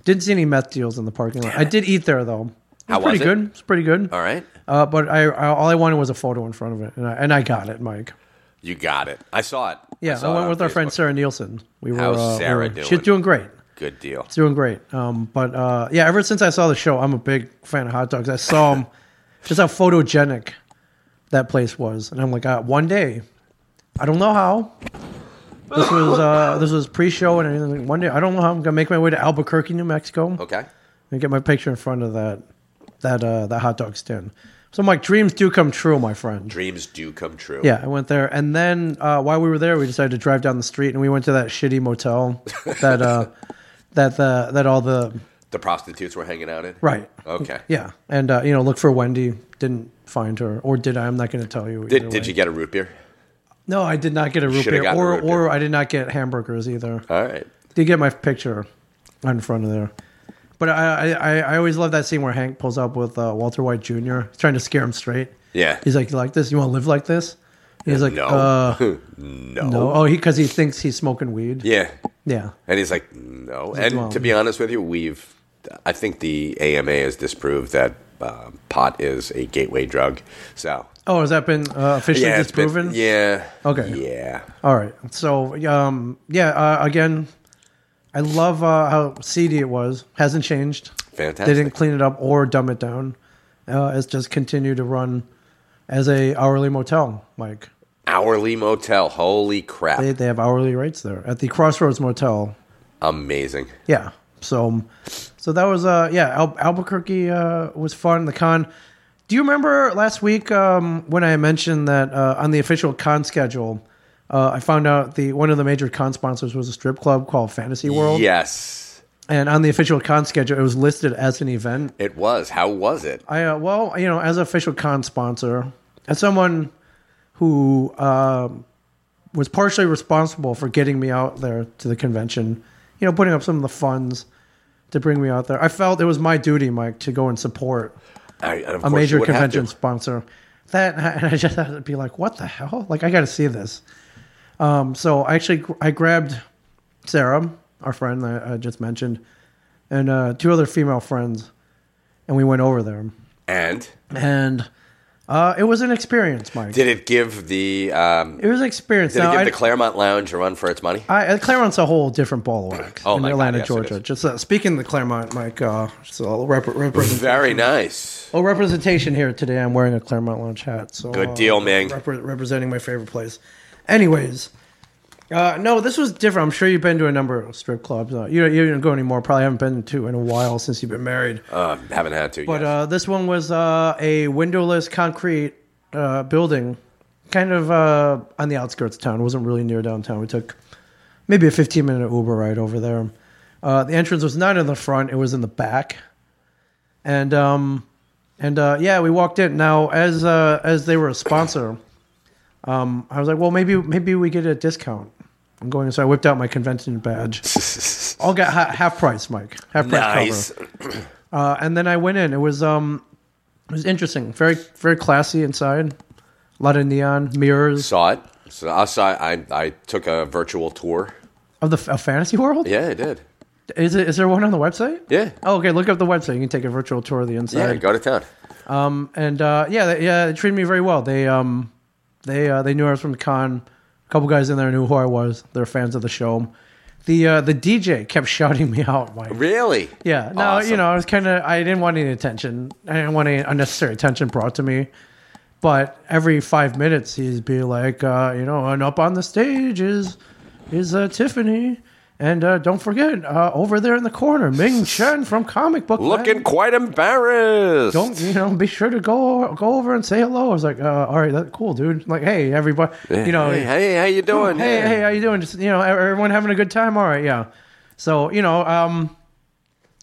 Speaker 9: Didn't see any meth deals in the parking lot. I did eat there though. It was
Speaker 10: How
Speaker 9: pretty
Speaker 10: was it?
Speaker 9: good. It's pretty good.
Speaker 10: All right.
Speaker 9: Uh, but I, I all I wanted was a photo in front of it, and I and I got it, Mike.
Speaker 10: You got it. I saw it.
Speaker 9: Yeah,
Speaker 10: saw
Speaker 9: I,
Speaker 10: it
Speaker 9: went
Speaker 10: on
Speaker 9: with our friend
Speaker 10: Facebook.
Speaker 9: Sarah Nielsen. We were,
Speaker 10: How's
Speaker 9: uh, we
Speaker 10: Sarah
Speaker 9: were-
Speaker 10: doing?
Speaker 9: She's doing great.
Speaker 10: Good deal.
Speaker 9: She's doing great. Um, but uh, yeah, ever since I saw the show, I'm a big fan of hot dogs. I saw 'em, just how photogenic that place was, and I'm like, uh, one day, I don't know how. This was uh, this was pre-show and everything. Like, one day, I don't know how I'm gonna make my way to Albuquerque, New Mexico,
Speaker 10: Okay.
Speaker 9: and get my picture in front of that that uh, that hot dog stand. So I'm like, dreams do come true, my friend.
Speaker 10: Dreams do come true.
Speaker 9: Yeah, I went there, and then uh, while we were there, we decided to drive down the street, and we went to that shitty motel that uh, that the that all the
Speaker 10: The prostitutes were hanging out in.
Speaker 9: right,
Speaker 10: Okay.
Speaker 9: yeah, and uh, you know, look for Wendy. Didn't find her, or did I? I'm not going to tell you. either
Speaker 10: Did, did
Speaker 9: way.
Speaker 10: you get a root beer?
Speaker 9: No, I did not get a root
Speaker 10: Should've
Speaker 9: beer,
Speaker 10: gotten a
Speaker 9: or
Speaker 10: root beer.
Speaker 9: or I did not get hamburgers either.
Speaker 10: All right.
Speaker 9: Did get my picture in front of there. But I, I, I- I always love that scene where Hank pulls up with uh, Walter White Jr. He's trying to scare him straight.
Speaker 10: Yeah.
Speaker 9: He's like, "You like this? You want to live like this?" And he's like,
Speaker 10: no.
Speaker 9: uh,
Speaker 10: no.
Speaker 9: "No." Oh, he because he thinks he's smoking weed.
Speaker 10: Yeah.
Speaker 9: Yeah.
Speaker 10: And he's like, no.
Speaker 9: like,
Speaker 10: and
Speaker 9: well-
Speaker 10: to be honest with you, we've, I think the AMA has disproved that uh, pot is a gateway drug. So,
Speaker 9: Oh, has that been uh, officially
Speaker 10: yeah. it's been-
Speaker 9: disproven? Oh,
Speaker 10: yeah.
Speaker 9: Okay.
Speaker 10: Yeah.
Speaker 9: All right. So, um, yeah. Uh, again, I love uh, how seedy it was. Hasn't changed.
Speaker 10: Fantastic.
Speaker 9: They didn't clean it up or dumb it down. Uh, it's just continued to run as a hourly motel, Mike.
Speaker 10: Hourly motel. Holy crap.
Speaker 9: They, they have hourly rates there at the Crossroads Motel.
Speaker 10: Amazing.
Speaker 9: Yeah. So, so that was uh yeah Al- Albuquerque uh, was fun. The con. Do you remember last week um, when I mentioned that uh, on the official con schedule, uh, I found out the one of the major con sponsors was a strip club called Fantasy World.
Speaker 10: Yes.
Speaker 9: And on the official con schedule, it was listed as an event.
Speaker 10: It was. How was it?
Speaker 9: I uh, well, you know, as an official con sponsor, as someone who um, was partially responsible for getting me out there to the convention, you know, putting up some of the funds to bring me out there, I felt it was my duty, Mike, to go and support
Speaker 10: I, and of
Speaker 9: a
Speaker 10: course
Speaker 9: major
Speaker 10: you would have to.
Speaker 9: convention sponsor. That and I just had to be like, what the hell? Like, I got to see this. Um, so I actually I grabbed Sarah, our friend that I just mentioned, and uh, two other female friends, and we went over there
Speaker 10: And
Speaker 9: and uh, it was an experience, Mike.
Speaker 10: did it give the um,
Speaker 9: it was an experience.
Speaker 10: did it
Speaker 9: Now,
Speaker 10: give
Speaker 9: I,
Speaker 10: the Claremont Lounge a run for its money?
Speaker 9: I, uh, Claremont's a whole different ball of wax
Speaker 10: Oh
Speaker 9: in
Speaker 10: my God,
Speaker 9: Atlanta,
Speaker 10: yes, it
Speaker 9: Georgia.
Speaker 10: is.
Speaker 9: Just uh, speaking of the Claremont, Mike, uh, just a little rep- represent-
Speaker 10: Very nice.
Speaker 9: oh, representation here today. I'm wearing a Claremont Lounge hat. So
Speaker 10: Good deal, Ming.
Speaker 9: rep- representing my favorite place. Anyways. Uh, no, this was different. I'm sure you've been to a number of strip clubs. Uh, you, you don't go anymore. Probably haven't been to in a while since you've been married.
Speaker 10: Uh, haven't had to.
Speaker 9: But
Speaker 10: yes.
Speaker 9: uh, this one was uh, a windowless concrete uh, building, kind of uh, on the outskirts of town. It wasn't really near downtown. We took maybe a 15 minute Uber ride over there. Uh, the entrance was not in the front, it was in the back. And um, and uh, yeah, we walked in. Now, as uh, as they were a sponsor, um, I was like, well, maybe maybe we get a discount. I'm going, so I whipped out my convention badge. All got ha- half price, Mike. Half price cover.
Speaker 10: nice.
Speaker 9: Uh, and then I went in. It was um, it was interesting. Very very classy inside. A lot of neon mirrors
Speaker 10: Saw it. So I saw. I I took a virtual tour.
Speaker 9: of the f- of fantasy world.
Speaker 10: Yeah, I did.
Speaker 9: Is it? Is there one on the website?
Speaker 10: Yeah.
Speaker 9: Oh, okay. Look up the website. You can take a virtual tour of the
Speaker 10: Yeah,
Speaker 9: inside.
Speaker 10: go to town.
Speaker 9: and uh, yeah, they, yeah, they treated me very well. They um, they uh, they knew I was from the con. A couple guys in there knew who I was. They're fans of the show. The uh, the DJ kept shouting me out. Mike.
Speaker 10: Really?
Speaker 9: Yeah. No,
Speaker 10: Awesome.
Speaker 9: you know, I was kind of, I didn't want any attention. I didn't want any unnecessary attention brought to me. But every five minutes, he'd be like, uh, you know, and up on the stage is is uh, Tiffany. And uh, don't forget, uh, over there in the corner, Ming Chen from Comic Book. Land.
Speaker 10: Looking quite embarrassed.
Speaker 9: Don't you know? Be sure to go go over and say hello. I was like, uh, all right, that's cool, dude. Like, hey, everybody,
Speaker 10: Yeah.
Speaker 9: you know, Oh,
Speaker 10: Hey, hey, how you doing?
Speaker 9: Hey,
Speaker 10: Yeah.
Speaker 9: hey, how you doing? Just you know, e-, everyone having a good time. All right, yeah. So you know, um,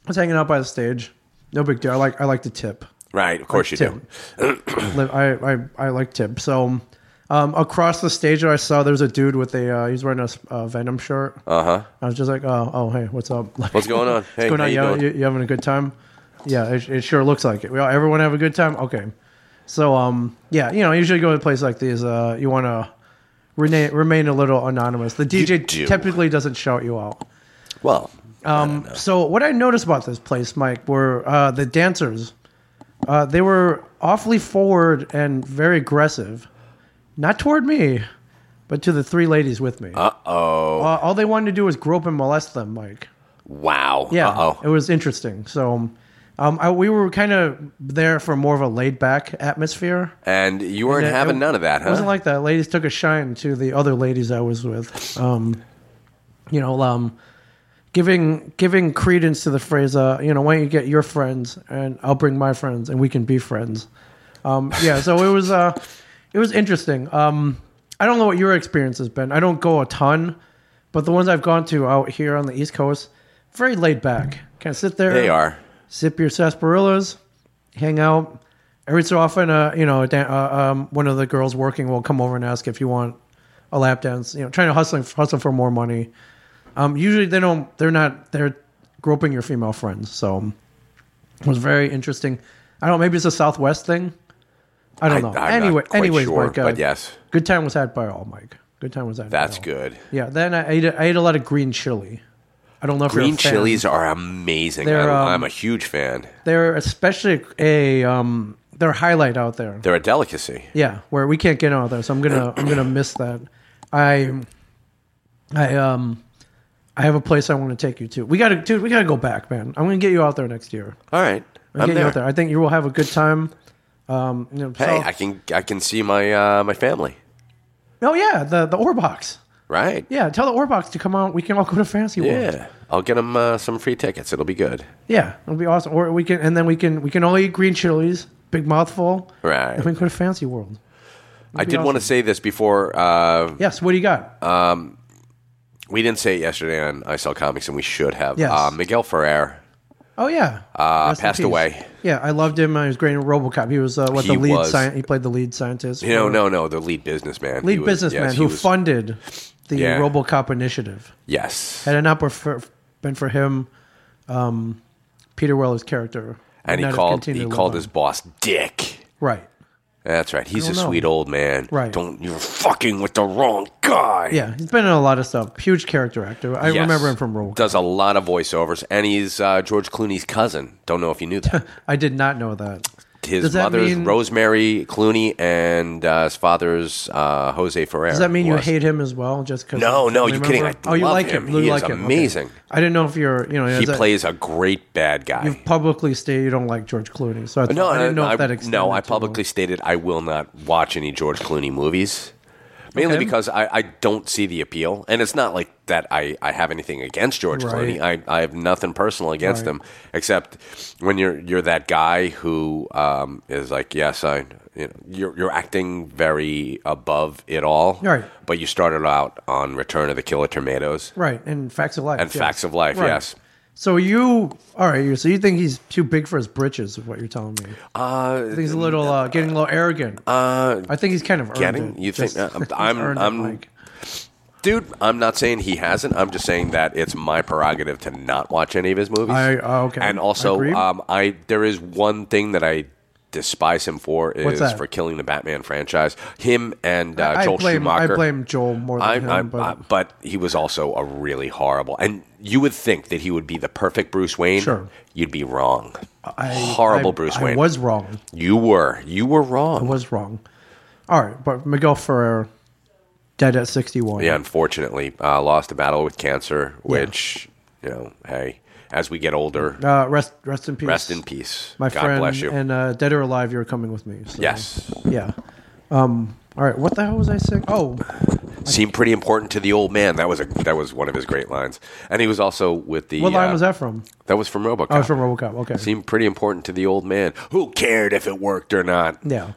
Speaker 9: I was hanging out by the stage. No big deal. I like I like to tip.
Speaker 10: Right. Of course you do.
Speaker 9: Tip. Li- I, I I like tip. So um, across the stage, I saw there was a dude with a uh, he was wearing a s- uh, Venom shirt. Uh huh. I was just like, oh, oh, hey, what's up? Like,
Speaker 10: Uh-huh. What's going on?
Speaker 9: what's
Speaker 10: Hey,
Speaker 9: going
Speaker 10: how
Speaker 9: on?
Speaker 10: you
Speaker 9: You,
Speaker 10: doing?
Speaker 9: you, you having a good time? Yeah, it, it sure looks like it. Well, everyone have a good time. Okay. So um, yeah, you know, usually go to a place like these. Uh, you want to. Remain, remain a little anonymous. The DJ
Speaker 10: do.
Speaker 9: typically doesn't shout you out.
Speaker 10: Well,
Speaker 9: Um, so what I noticed about this place, Mike, were uh, the dancers. Uh, they were awfully forward and very aggressive, not toward me, but to the three ladies with me. Uh-oh. all they wanted to do was grope and molest them, Mike.
Speaker 10: wow.
Speaker 9: Yeah,
Speaker 10: Uh
Speaker 9: it
Speaker 10: oh.
Speaker 9: was interesting. So um, I, we were kind of there for more of a laid back atmosphere.
Speaker 10: And you weren't
Speaker 9: Yeah,
Speaker 10: having
Speaker 9: it-
Speaker 10: none of that, huh?
Speaker 9: It wasn't like that. Ladies took a shine to the other ladies I was with. Um, you know, um, giving giving credence to the phrase, uh, you know, why don't you get your friends and I'll bring my friends and we can be friends. Um, yeah, so it was uh, it was interesting. Um, I don't know what your experience has been. I don't go a ton, but the ones I've gone to out here on the East Coast, very laid back. Kind of sit there
Speaker 10: they are.
Speaker 9: sip your sarsaparillas, hang out. Every so often, uh, you know, dan- uh, um, one of the girls working will come over and ask if you want a lap dance. You know, trying to hustling hustle for more money. Um, usually, they don't. They're not. They're groping your female friends. So it was very interesting. I don't. know, Maybe it's a Southwest thing. I don't
Speaker 10: I-
Speaker 9: know.
Speaker 10: I'm not
Speaker 9: anyway,
Speaker 10: quite
Speaker 9: anyways,
Speaker 10: sure,
Speaker 9: Mike, uh,
Speaker 10: but yes.
Speaker 9: good time was had by all, Mike. Good time was had. by
Speaker 10: That's
Speaker 9: all.
Speaker 10: good.
Speaker 9: Yeah. Then I ate. I ate a lot of green chili. I don't know if you're
Speaker 10: Green
Speaker 9: a fan.
Speaker 10: chilies are amazing.
Speaker 9: They're,
Speaker 10: I'm,
Speaker 9: um,
Speaker 10: I'm a huge fan.
Speaker 9: They're especially a um, they're a highlight out there.
Speaker 10: They're a delicacy.
Speaker 9: Yeah, where we can't get out there, so I'm gonna I'm gonna miss that. I I um I have a place I want to take you to. We gotta dude, we gotta go back, man. I'm gonna get you out there next year.
Speaker 10: All right.
Speaker 9: I'm
Speaker 10: I'm
Speaker 9: getting you out there.
Speaker 10: there.
Speaker 9: I think you will have a good time. Um, you know,
Speaker 10: Hey,
Speaker 9: so-
Speaker 10: I can I can see my uh, my family.
Speaker 9: oh yeah, the the Orbox.
Speaker 10: Right.
Speaker 9: Yeah, tell the Orbox to come out. We can all go to Fancy World.
Speaker 10: Yeah. I'll get them uh, some free tickets. It'll be good.
Speaker 9: Yeah, it'll be awesome. Or we can and then we can we can all eat green chilies, big mouthful.
Speaker 10: Right.
Speaker 9: And we can go to Fancy World.
Speaker 10: I
Speaker 9: be
Speaker 10: did want to
Speaker 9: awesome.
Speaker 10: say this before uh,
Speaker 9: Yes. What do you got?
Speaker 10: we didn't say it yesterday on I Sell Comics, and we should have.
Speaker 9: Yes.
Speaker 10: Uh, Miguel Ferrer.
Speaker 9: Oh yeah, uh,
Speaker 10: passed away.
Speaker 9: Yeah, I loved him. He was great in RoboCop. He was uh, what
Speaker 10: He
Speaker 9: the lead
Speaker 10: was.
Speaker 9: sci- he played the lead scientist.
Speaker 10: You know,
Speaker 9: for-
Speaker 10: no, no, the lead businessman. He
Speaker 9: lead
Speaker 10: was-
Speaker 9: businessman
Speaker 10: yes, he
Speaker 9: who
Speaker 10: was-
Speaker 9: funded the
Speaker 10: Yeah.
Speaker 9: RoboCop initiative.
Speaker 10: Yes.
Speaker 9: Had it not been for, been for him, um, Peter Weller's character, would
Speaker 10: And he
Speaker 9: not have
Speaker 10: called
Speaker 9: continued
Speaker 10: he
Speaker 9: to live
Speaker 10: called
Speaker 9: on.
Speaker 10: his boss Dick.
Speaker 9: right.
Speaker 10: That's right. He's a
Speaker 9: don't know.
Speaker 10: sweet old man.
Speaker 9: Right.
Speaker 10: Don't you're fucking with the wrong guy.
Speaker 9: Yeah, he's been in a lot of stuff. Huge character actor. I
Speaker 10: Yes.
Speaker 9: remember him from RoboCop.
Speaker 10: Does a lot of voiceovers, and he's uh, George Clooney's cousin. Don't know if you knew that.
Speaker 9: I did not know that.
Speaker 10: His
Speaker 9: Does that
Speaker 10: mother's
Speaker 9: mean-
Speaker 10: Rosemary Clooney, and uh, his father's uh, Jose Ferrer.
Speaker 9: Does that mean you
Speaker 10: was.
Speaker 9: hate him as well? Just because?
Speaker 10: No, no, you're kidding. I
Speaker 9: oh, you
Speaker 10: love
Speaker 9: like
Speaker 10: him.
Speaker 9: him. You
Speaker 10: He is
Speaker 9: like him. Okay.
Speaker 10: amazing.
Speaker 9: I didn't know if you're. You know,
Speaker 10: He
Speaker 9: is that-
Speaker 10: plays a great bad guy.
Speaker 9: You've publicly stated you don't like George Clooney, so I,
Speaker 10: No,
Speaker 9: I didn't know
Speaker 10: I,
Speaker 9: if that
Speaker 10: I,
Speaker 9: extended.
Speaker 10: no, I
Speaker 9: to-
Speaker 10: publicly stated I will not watch any George Clooney movies, mainly
Speaker 9: Okay.
Speaker 10: because I, I don't see the appeal. And it's not like that I, I have anything against George
Speaker 9: Right.
Speaker 10: Clooney. I, I have nothing personal against
Speaker 9: Right.
Speaker 10: him, except when you're you're that guy who um, is like, yes, I. You know, you're, you're acting very above it all,
Speaker 9: Right.
Speaker 10: But you started out on Return of the Killer Tomatoes
Speaker 9: right and facts of life
Speaker 10: and
Speaker 9: yes.
Speaker 10: Facts of Life,
Speaker 9: Right.
Speaker 10: yes.
Speaker 9: So you all right? you- So you think he's too big for his britches? Is what you're telling me? I
Speaker 10: Uh,
Speaker 9: think he's a little uh, getting a little arrogant.
Speaker 10: uh,
Speaker 9: I think he's kind of earned
Speaker 10: getting-
Speaker 9: it.
Speaker 10: you think- uh,
Speaker 9: he's
Speaker 10: I'm-
Speaker 9: earned it,
Speaker 10: I'm-
Speaker 9: Mike.
Speaker 10: Dude, I'm not saying he hasn't. I'm just saying that it's my prerogative to not watch any of his movies.
Speaker 9: I- uh, okay.
Speaker 10: And
Speaker 9: I
Speaker 10: also,
Speaker 9: agree.
Speaker 10: um, I there is one thing that I despise him for is
Speaker 9: What's that?
Speaker 10: for killing the Batman franchise. Him and uh,
Speaker 9: I
Speaker 10: Joel
Speaker 9: blame
Speaker 10: Schumacher.
Speaker 9: I blame Joel more than
Speaker 10: I,
Speaker 9: him,
Speaker 10: I,
Speaker 9: but
Speaker 10: I- but he was also a really horrible. And you would think that he would be the perfect Bruce Wayne.
Speaker 9: Sure.
Speaker 10: You'd be wrong.
Speaker 9: I,
Speaker 10: horrible
Speaker 9: I-
Speaker 10: Bruce
Speaker 9: I
Speaker 10: Wayne.
Speaker 9: was wrong.
Speaker 10: You were. You were wrong.
Speaker 9: I was wrong. All right, but Miguel Ferrer dead at sixty one.
Speaker 10: Yeah, unfortunately, uh, lost a battle with cancer, which you know, hey, as we get older,
Speaker 9: Uh, rest rest in peace.
Speaker 10: rest in peace.
Speaker 9: My
Speaker 10: God
Speaker 9: friend
Speaker 10: bless you.
Speaker 9: and uh, dead or alive, you're coming with me. So,
Speaker 10: yes,
Speaker 9: Yeah. Um. All right. What the hell was I saying? Oh,
Speaker 10: seemed pretty important to the old man. That was a that was one of his great lines, and he was also with the.
Speaker 9: what line
Speaker 10: uh,
Speaker 9: was that from?
Speaker 10: That was from RoboCop.
Speaker 9: Oh, it's from RoboCop. Okay.
Speaker 10: Seemed pretty important to the old man. Who cared if it worked or not?
Speaker 9: yeah.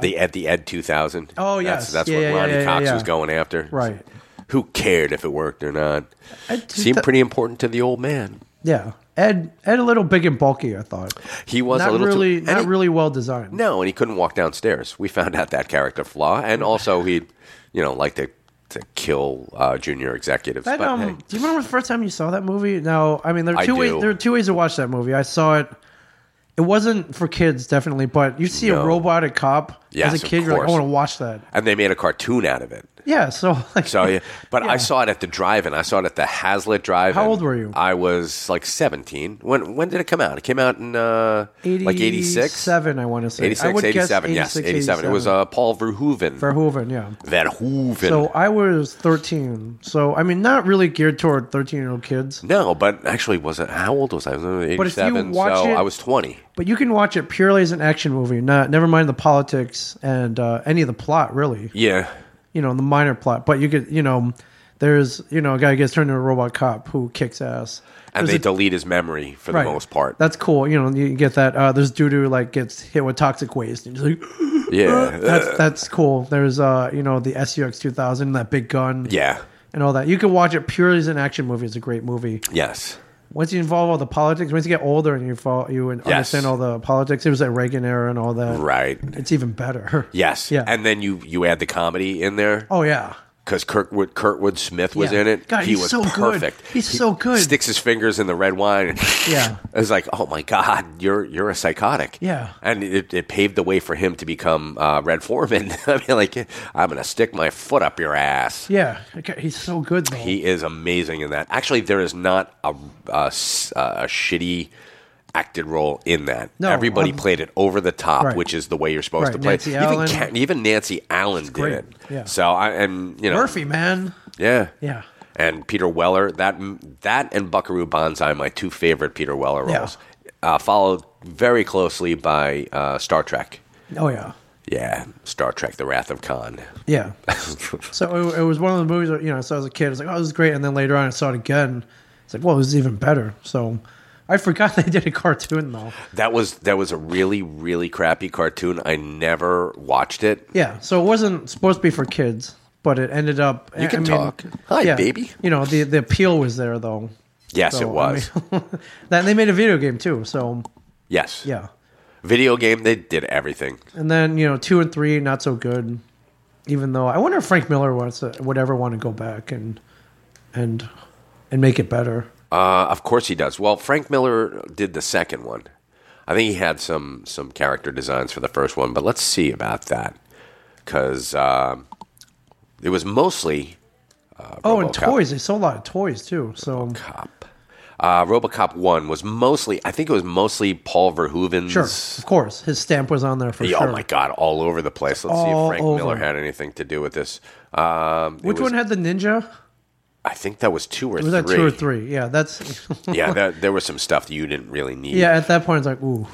Speaker 10: The Ed the Ed two thousand.
Speaker 9: Oh,
Speaker 10: that's,
Speaker 9: yes.
Speaker 10: that's
Speaker 9: Yeah,
Speaker 10: what
Speaker 9: yeah, yeah,
Speaker 10: Lonnie
Speaker 9: yeah,
Speaker 10: Cox
Speaker 9: yeah.
Speaker 10: was going after.
Speaker 9: Right.
Speaker 10: Who cared if it worked or not?
Speaker 9: Ed two
Speaker 10: Seemed
Speaker 9: thou-
Speaker 10: pretty important to the old man.
Speaker 9: Yeah. Ed Ed a little big and bulky. I thought.
Speaker 10: He was
Speaker 9: not
Speaker 10: a little too-
Speaker 9: really
Speaker 10: and
Speaker 9: not
Speaker 10: he-
Speaker 9: really well designed.
Speaker 10: No, and he couldn't walk downstairs. We found out that character flaw, and also he, you know, like to to kill uh, junior executives.
Speaker 9: That,
Speaker 10: but,
Speaker 9: um,
Speaker 10: hey,
Speaker 9: do you remember the first time you saw that movie? No, I mean there are
Speaker 10: I
Speaker 9: two ways.
Speaker 10: do.
Speaker 9: There are two ways to watch that movie. I saw it. It wasn't for kids, definitely, but you see
Speaker 10: No.
Speaker 9: a robotic cop
Speaker 10: Yes,
Speaker 9: as a
Speaker 10: of
Speaker 9: kid, you're like, I
Speaker 10: course.
Speaker 9: want to watch that.
Speaker 10: and they made a cartoon out of it.
Speaker 9: Yeah, so like,
Speaker 10: So, yeah, but
Speaker 9: Yeah.
Speaker 10: I saw it at the drive-in. I saw it at the Hazlitt drive-in.
Speaker 9: How old were you?
Speaker 10: I was like seventeen. When when did it come out? It came out in uh, like eighty-six,
Speaker 9: seven, I want to say.
Speaker 10: 86,
Speaker 9: I would
Speaker 10: 87, yes,
Speaker 9: guess
Speaker 10: 87. It was uh, Paul Verhoeven.
Speaker 9: Verhoeven, yeah.
Speaker 10: Verhoeven.
Speaker 9: So I was thirteen. So I mean, not really geared toward thirteen-year-old kids,
Speaker 10: no, but actually, was it? How old was I? I was uh,
Speaker 9: But if you
Speaker 10: 87, so
Speaker 9: watch it-
Speaker 10: I was 20.
Speaker 9: but you can watch it purely as an action movie. Not never mind the politics and uh, any of the plot, really.
Speaker 10: Yeah.
Speaker 9: you know, the minor plot. But you could, you know, there's, you know, a guy gets turned into a robot cop who kicks ass.
Speaker 10: And
Speaker 9: There's
Speaker 10: they
Speaker 9: a-
Speaker 10: delete his memory for
Speaker 9: right.
Speaker 10: the most part.
Speaker 9: That's cool. You know, you get that. Uh, there's dude who like gets hit with toxic waste, and he's like,
Speaker 10: yeah. Uh,
Speaker 9: that's that's cool. There's, uh, you know, the SUX 2000, that big gun,
Speaker 10: Yeah.
Speaker 9: and all that. You can watch it purely as an action movie. It's a great movie.
Speaker 10: Yes.
Speaker 9: Once you involve all the politics, once you get older and you fall, you
Speaker 10: Yes.
Speaker 9: understand all the politics. It was that Reagan era and all that.
Speaker 10: Right.
Speaker 9: It's even better.
Speaker 10: Yes.
Speaker 9: Yeah.
Speaker 10: And then you you add the comedy in there
Speaker 9: oh yeah.
Speaker 10: because Kirkwood Kurtwood Smith was
Speaker 9: Yeah.
Speaker 10: in it.
Speaker 9: God,
Speaker 10: he
Speaker 9: he's
Speaker 10: was
Speaker 9: so good.
Speaker 10: perfect.
Speaker 9: He's
Speaker 10: He
Speaker 9: so good.
Speaker 10: Sticks his fingers in the red wine. And
Speaker 9: Yeah.
Speaker 10: I was like, oh my god, you're you're a psychotic.
Speaker 9: Yeah.
Speaker 10: And it, it paved the way for him to become uh, Red Foreman. I mean, like I'm gonna stick my foot up your ass.
Speaker 9: Yeah. Okay, He's so good though.
Speaker 10: He is amazing in that. Actually, there is not a, a s- a shitty acted role in that.
Speaker 9: No,
Speaker 10: Everybody
Speaker 9: um,
Speaker 10: played it over the top,
Speaker 9: right.
Speaker 10: which is the way you're supposed
Speaker 9: Right,
Speaker 10: to play.
Speaker 9: Nancy
Speaker 10: even
Speaker 9: Allen.
Speaker 10: Ca- even Nancy Allen did
Speaker 9: great,
Speaker 10: it.
Speaker 9: yeah.
Speaker 10: So I and you know
Speaker 9: Murphy, man.
Speaker 10: yeah,
Speaker 9: Yeah.
Speaker 10: and Peter Weller that that and Buckaroo Banzai, my two favorite Peter Weller
Speaker 9: Yeah.
Speaker 10: roles, uh, followed very closely by uh, Star Trek.
Speaker 9: Oh yeah,
Speaker 10: Yeah, Star Trek: The Wrath of Khan.
Speaker 9: yeah. so it, it was one of the movies that you know. So as a kid, I was like, "Oh, this is great," and then later on, I saw it again. It's like, "Well, this is even better." So I forgot they did a cartoon though.
Speaker 10: That was that was a really really crappy cartoon. I never watched it.
Speaker 9: Yeah, so it wasn't supposed to be for kids, but it ended up. You
Speaker 10: can talk. Hi, baby.
Speaker 9: You know the the appeal was there though.
Speaker 10: Yes, it
Speaker 9: So,
Speaker 10: was.
Speaker 9: I mean, that they made a video game too. So
Speaker 10: yes.
Speaker 9: yeah,
Speaker 10: Video game, they did everything.
Speaker 9: and then you know two and three not so good. Even though I wonder if Frank Miller wants to, would ever want to go back and and and make it better.
Speaker 10: Uh, of course he does. Well, Frank Miller did the second one. I think he had some some character designs for the first one, but let's see about that because it was mostly
Speaker 9: Oh, and
Speaker 10: RoboCop. Oh,
Speaker 9: toys. They sold a lot of toys too. So
Speaker 10: cop. Uh, RoboCop one was mostly. I think it was mostly Paul Verhoeven's.
Speaker 9: sure, of course, his stamp was on there for
Speaker 10: Yeah,
Speaker 9: sure.
Speaker 10: Oh my God! All over the place. Let's see
Speaker 9: All
Speaker 10: if Frank Miller
Speaker 9: over.
Speaker 10: had anything to do with this. Um, it
Speaker 9: Which
Speaker 10: was-
Speaker 9: one had the ninja?
Speaker 10: I think that was two or
Speaker 9: Was
Speaker 10: three.
Speaker 9: that two or three? Yeah, that's
Speaker 10: yeah, that, there was some stuff that you didn't really need.
Speaker 9: yeah. At that point, it's like ooh.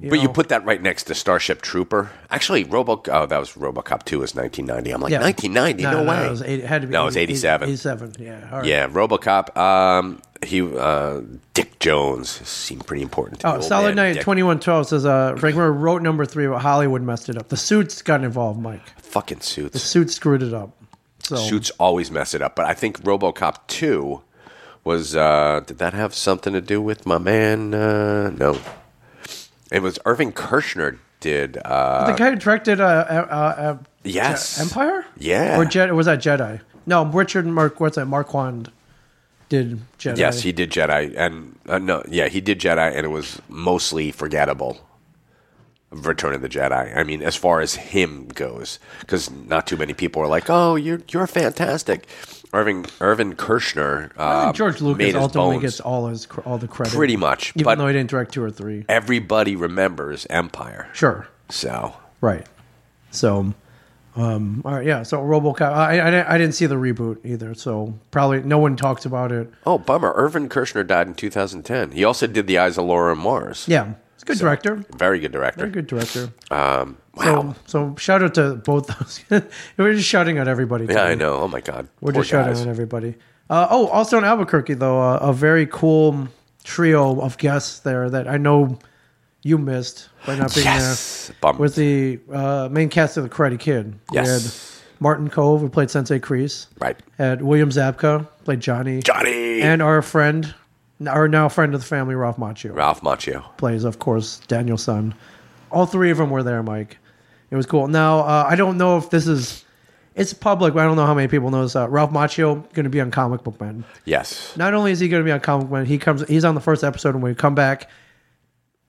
Speaker 10: But you
Speaker 9: know.
Speaker 10: put that right next to Starship Trooper. Actually, Robo. Oh, that was RoboCop Two. Was 1990. I'm like
Speaker 9: Yeah.
Speaker 10: 1990. No, way.
Speaker 9: it, was eight- it had to be.
Speaker 10: No, it was 87.
Speaker 9: 87. Yeah. all right.
Speaker 10: Yeah, RoboCop. Um, he uh, Dick Jones seemed pretty important. To the
Speaker 9: Oh,
Speaker 10: old
Speaker 9: Solid
Speaker 10: man,
Speaker 9: Night
Speaker 10: Dick.
Speaker 9: 2112 says uh, Frank Miller wrote number three, but Hollywood messed it up. The suits got involved, Mike.
Speaker 10: Fucking suits.
Speaker 9: Suits screwed it up. So
Speaker 10: Suits always mess it up. But I think RoboCop Two was. Uh, did that have something to do with my man? Uh, no. It was Irving Kershner did. Uh,
Speaker 9: the guy who directed uh, uh, uh,
Speaker 10: yes.
Speaker 9: Empire?
Speaker 10: Yeah.
Speaker 9: Or Jedi? Was that Jedi? No, Richard Mark. What's that? Marquand did Jedi.
Speaker 10: Yes, he did Jedi, and uh, no, yeah, he did Jedi, and it was mostly forgettable. of Return of the Jedi. I mean, as far as him goes, because not too many people are like, "Oh, you're you're fantastic." Irving Irvin Kershner, uh,
Speaker 9: George
Speaker 10: made
Speaker 9: Lucas
Speaker 10: his
Speaker 9: ultimately
Speaker 10: bones.
Speaker 9: gets all his cr- all the credit,
Speaker 10: Pretty much,
Speaker 9: even
Speaker 10: but-
Speaker 9: though he didn't direct two or three.
Speaker 10: Everybody remembers Empire,
Speaker 9: Sure,
Speaker 10: so
Speaker 9: right. So, um, all right, yeah. So RoboCop, I, I didn't- I didn't see the reboot either, so probably no one talks about it.
Speaker 10: Oh, bummer. Irvin Kershner died in 2010. He also did The Eyes of Laura Mars.
Speaker 9: Yeah, it's a good director,
Speaker 10: Very good director.
Speaker 9: very good director.
Speaker 10: Um, wow.
Speaker 9: So, so shout out to both those. We're just shouting out everybody.
Speaker 10: yeah,
Speaker 9: today.
Speaker 10: I know. Oh, my God.
Speaker 9: We're
Speaker 10: Poor
Speaker 9: just shouting
Speaker 10: guys.
Speaker 9: out everybody. Uh, oh, also in Albuquerque though, uh, a very cool trio of guests there that I know you missed by not being
Speaker 10: Yes.
Speaker 9: there.
Speaker 10: Bummed.
Speaker 9: With the uh, main cast of the Karate Kid. We
Speaker 10: Yes.
Speaker 9: had Martin Cove, who played Sensei Kreese.
Speaker 10: Right.
Speaker 9: Had William Zabka, played Johnny.
Speaker 10: Johnny.
Speaker 9: And our friend, our now friend of the family, Ralph Macchio
Speaker 10: Ralph Macchio.
Speaker 9: plays, of course, Daniel's son. All three of them were there, Mike. It was cool. Now, uh, I don't know if this is. It's public, but I don't know how many people know this. Uh, Ralph Macchio going to be on Comic Book Men.
Speaker 10: Yes.
Speaker 9: Not only is he going to be on Comic Book Men, he comes. He's on the first episode when we come back,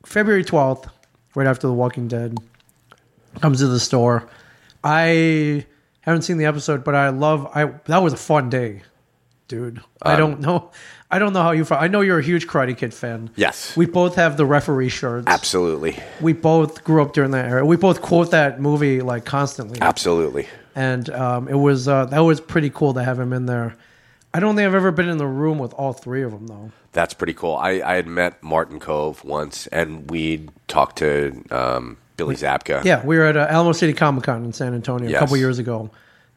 Speaker 9: February twelfth, right after The Walking Dead. Comes to the store. I haven't seen the episode, but I love. I that was a fun day, dude. I don't know. I don't know how you. fe- I know you're a huge Karate Kid fan.
Speaker 10: Yes.
Speaker 9: we both have the referee shirts
Speaker 10: Absolutely.
Speaker 9: we both grew up during that era. We both quote that movie like constantly,
Speaker 10: Absolutely.
Speaker 9: and um, it was uh, that was pretty cool to have him in there. I don't think I've ever been in the room with all three of them though.
Speaker 10: That's pretty cool. I, I had met Martin Cove once, and we talked to um, Billy Zabka.
Speaker 9: Yeah, we were at uh, Alamo City Comic Con in San Antonio
Speaker 10: Yes.
Speaker 9: a couple years ago.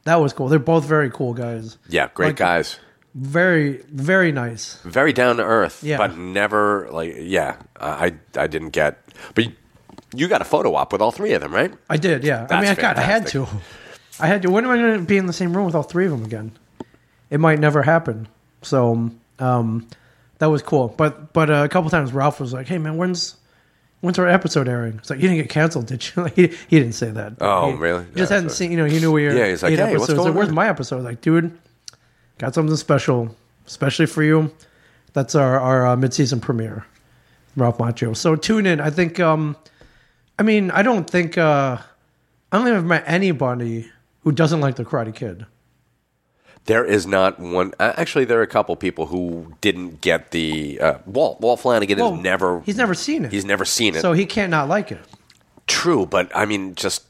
Speaker 9: That was cool. They're both very cool guys.
Speaker 10: Yeah, great
Speaker 9: Like-
Speaker 10: guys.
Speaker 9: Very, very nice.
Speaker 10: Very down to earth,
Speaker 9: Yeah.
Speaker 10: but never like yeah. I I didn't get, but you, you got a photo op with all three of them, right?
Speaker 9: I did. Yeah. I
Speaker 10: That's
Speaker 9: mean, I, God, I had to.
Speaker 10: fantastic.
Speaker 9: I had to. When am I going to be in the same room with all three of them again? It might never happen. So um, that was cool. But but uh, a couple times Ralph was like, "Hey man, when's when's our episode airing?" It's like you didn't get canceled, did you? Like, he, he didn't say that.
Speaker 10: Oh,
Speaker 9: He
Speaker 10: really?
Speaker 9: Just
Speaker 10: Yeah,
Speaker 9: hadn't
Speaker 10: so-
Speaker 9: seen. You know, he knew we were.
Speaker 10: Yeah, he's like,
Speaker 9: eight
Speaker 10: "Hey, what's
Speaker 9: episodes. He's like,
Speaker 10: going
Speaker 9: Where's
Speaker 10: on?"
Speaker 9: my episode? Like, dude, got something special, especially for you. That's our our uh, mid season premiere. Ralph Macchio. So tune in. I think. Um, I mean, I don't think. Uh, I don't think I've met anybody who doesn't like the Karate Kid.
Speaker 10: There is not one. uh, Actually, there are a couple people who didn't get the uh, Walt. Walt Flanagan
Speaker 9: Well,
Speaker 10: has never.
Speaker 9: He's never seen it.
Speaker 10: He's never seen it.
Speaker 9: So he can't not like it.
Speaker 10: True, but I mean, just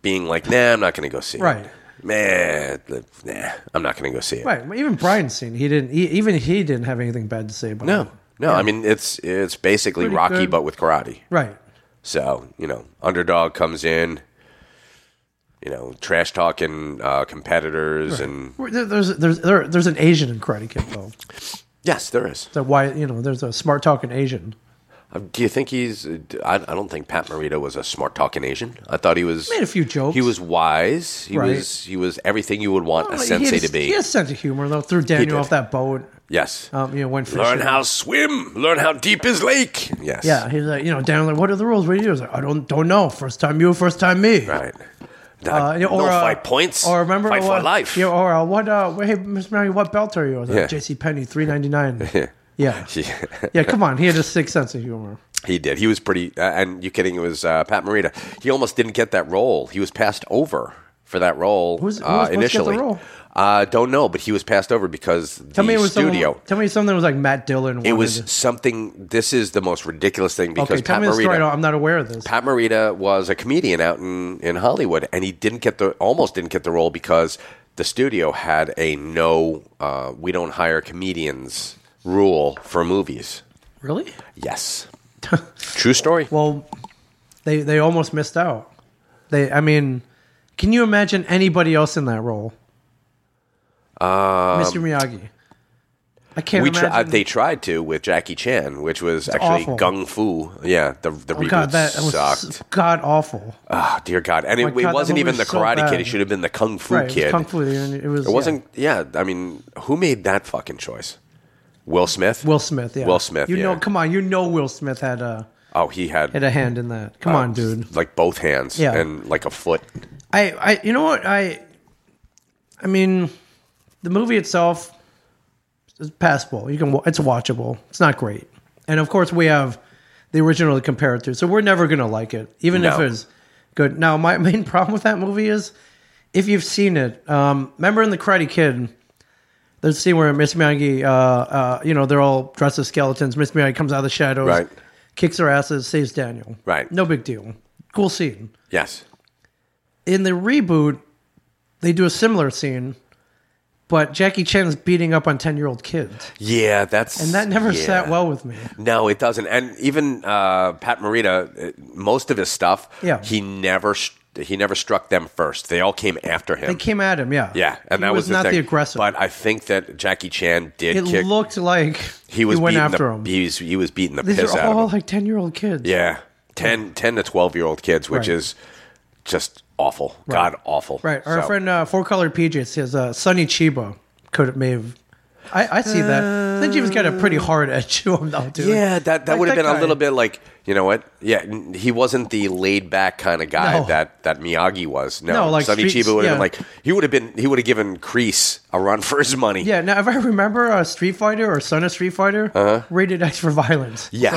Speaker 10: being like, nah, I'm not going to go see
Speaker 9: Right.
Speaker 10: it. Man, nah, I'm not going to go see it.
Speaker 9: Right. Even Brian's seen. it. He didn't. He, even he didn't have anything bad to say about it.
Speaker 10: No, no. I mean, it's it's basically
Speaker 9: Pretty
Speaker 10: Rocky,
Speaker 9: good.
Speaker 10: but with karate.
Speaker 9: Right.
Speaker 10: So you know, underdog comes in. You know, trash talking uh, competitors, and
Speaker 9: There- There's there's there, there's an Asian in Karate Kid though.
Speaker 10: yes, there is.
Speaker 9: That why you know there's a smart talking Asian.
Speaker 10: Uh, Do you think he's? uh, d- I, I don't think Pat Morita was a smart talking Asian. I thought he was
Speaker 9: Made a few jokes.
Speaker 10: He was wise. He
Speaker 9: Right. Oh,
Speaker 10: was he was everything you would want a sensei
Speaker 9: he had,
Speaker 10: to be.
Speaker 9: He had a sense of humor though. Threw Daniel
Speaker 10: did.
Speaker 9: off that boat.
Speaker 10: Yes.
Speaker 9: Um, you know, went fishing.
Speaker 10: Learn how swim. Learn how deep is lake. Yes.
Speaker 9: Yeah, he's like, you know, Daniel, like, what are the rules? What do you do? I was like, I don't, don't know. First time you, first time me.
Speaker 10: Right.
Speaker 9: Uh, you know,
Speaker 10: no
Speaker 9: uh,
Speaker 10: fight points.
Speaker 9: Or remember
Speaker 10: fight
Speaker 9: what,
Speaker 10: for life.
Speaker 9: Yeah, or uh, what? Uh, hey, Miss Mary, what belt are you? I was like,
Speaker 10: Yeah.
Speaker 9: J.C. Penny, three ninety nine.
Speaker 10: Yeah.
Speaker 9: Yeah, yeah. Come on, he had a sick sense of humor.
Speaker 10: He did. He was pretty. Uh, and you kidding? It was uh, Pat Morita. He almost didn't get that role. He was passed over for that role
Speaker 9: Who's- who
Speaker 10: uh,
Speaker 9: was supposed to get the
Speaker 10: initially.
Speaker 9: role?
Speaker 10: Uh, don't know, but he was passed over because the
Speaker 9: Tell me it was someone-
Speaker 10: studio.
Speaker 9: tell me something was like Matt Dillon.
Speaker 10: it
Speaker 9: wanted
Speaker 10: was
Speaker 9: to-
Speaker 10: something. This is the most ridiculous thing because
Speaker 9: okay. Tell
Speaker 10: Pat
Speaker 9: me the story. I
Speaker 10: Morita.
Speaker 9: don't- I'm not aware of this.
Speaker 10: Pat Morita was a comedian out in, in Hollywood, and he didn't get the almost didn't get the role because the studio had a no, uh, we don't hire comedians rule for movies.
Speaker 9: really?
Speaker 10: Yes, true story.
Speaker 9: Well, they they almost missed out. They, I mean, can you imagine anybody else in that role? Uh, Mr. Miyagi. I
Speaker 10: Um,
Speaker 9: can't.
Speaker 10: we
Speaker 9: imagine.
Speaker 10: tr- uh, they tried to with Jackie Chan, which was actually
Speaker 9: awful.
Speaker 10: Gung Fu. Yeah, the the
Speaker 9: Oh,
Speaker 10: reboot
Speaker 9: God, that was
Speaker 10: sucked.
Speaker 9: god awful.
Speaker 10: Oh dear God, and it,
Speaker 9: My
Speaker 10: it
Speaker 9: God, that
Speaker 10: wasn't
Speaker 9: movie
Speaker 10: even the
Speaker 9: was so
Speaker 10: Karate
Speaker 9: bad.
Speaker 10: Kid. It should have been the Kung Fu
Speaker 9: Right, it
Speaker 10: Kid.
Speaker 9: was Kung Fu, and it was
Speaker 10: It
Speaker 9: yeah.
Speaker 10: wasn't. Yeah. I mean, who made that fucking choice? Will Smith.
Speaker 9: Will Smith. Yeah,
Speaker 10: Will Smith.
Speaker 9: You
Speaker 10: yeah.
Speaker 9: know, come on, you know Will Smith had a
Speaker 10: Oh, he had
Speaker 9: had a hand in that.
Speaker 10: Uh,
Speaker 9: Come on, dude.
Speaker 10: like both hands
Speaker 9: Yeah.
Speaker 10: and like a foot.
Speaker 9: I, I, you know what I, I mean, the movie itself is passable. You can, wa- it's watchable. It's not great, and of course we have they originally compared it to. So we're never gonna like it, even if
Speaker 10: No.
Speaker 9: it's good. Now, my main problem with that movie is if you've seen it. Um, remember in the Karate Kid, there's a scene where Miss Miyagi, uh, uh, you know, they're all dressed as skeletons. Miss Miyagi comes out of the shadows,
Speaker 10: Right.
Speaker 9: kicks their asses, saves Daniel.
Speaker 10: Right.
Speaker 9: No big deal. Cool scene
Speaker 10: Yes.
Speaker 9: in the reboot, they do a similar scene, but Jackie Chan is beating up on ten year old kids,
Speaker 10: Yeah, that's
Speaker 9: and that never
Speaker 10: yeah.
Speaker 9: sat well with me.
Speaker 10: No, it doesn't. And even uh, Pat Morita, uh, most of his stuff,
Speaker 9: Yeah.
Speaker 10: he never st- he never struck them first. They all came after him.
Speaker 9: They came at him, yeah,
Speaker 10: yeah, and
Speaker 9: He
Speaker 10: that was, the
Speaker 9: not
Speaker 10: thing.
Speaker 9: the aggressor.
Speaker 10: But I think that Jackie Chan did
Speaker 9: it
Speaker 10: kick.
Speaker 9: looked like
Speaker 10: he was
Speaker 9: went
Speaker 10: beating
Speaker 9: after
Speaker 10: the,
Speaker 9: him.
Speaker 10: He was, he was beating the
Speaker 9: These
Speaker 10: piss
Speaker 9: are
Speaker 10: out of
Speaker 9: all
Speaker 10: him.
Speaker 9: like ten year old kids.
Speaker 10: Yeah, 10, 10 to twelve year old kids, which
Speaker 9: Right.
Speaker 10: is just awful, god awful.
Speaker 9: right. Our
Speaker 10: So-
Speaker 9: friend uh, Four Color PJ says uh, Sonny Chiba could may have. I, I see that. Sonny Chiba's got a pretty hard edge to him, though. Dude.
Speaker 10: Yeah, that, that
Speaker 9: Like
Speaker 10: would have been
Speaker 9: guy.
Speaker 10: a little bit like you know what? Yeah, n- he wasn't the laid back kind of guy
Speaker 9: No.
Speaker 10: that that Miyagi was. No,
Speaker 9: No, like
Speaker 10: Sonny
Speaker 9: streets-
Speaker 10: Chiba would have
Speaker 9: yeah.
Speaker 10: been like he would have been he would have given Crease a run for his money.
Speaker 9: Yeah, now if I remember, uh, Street Fighter or Son of Street Fighter rated X for violence.
Speaker 10: Uh-huh. Yes.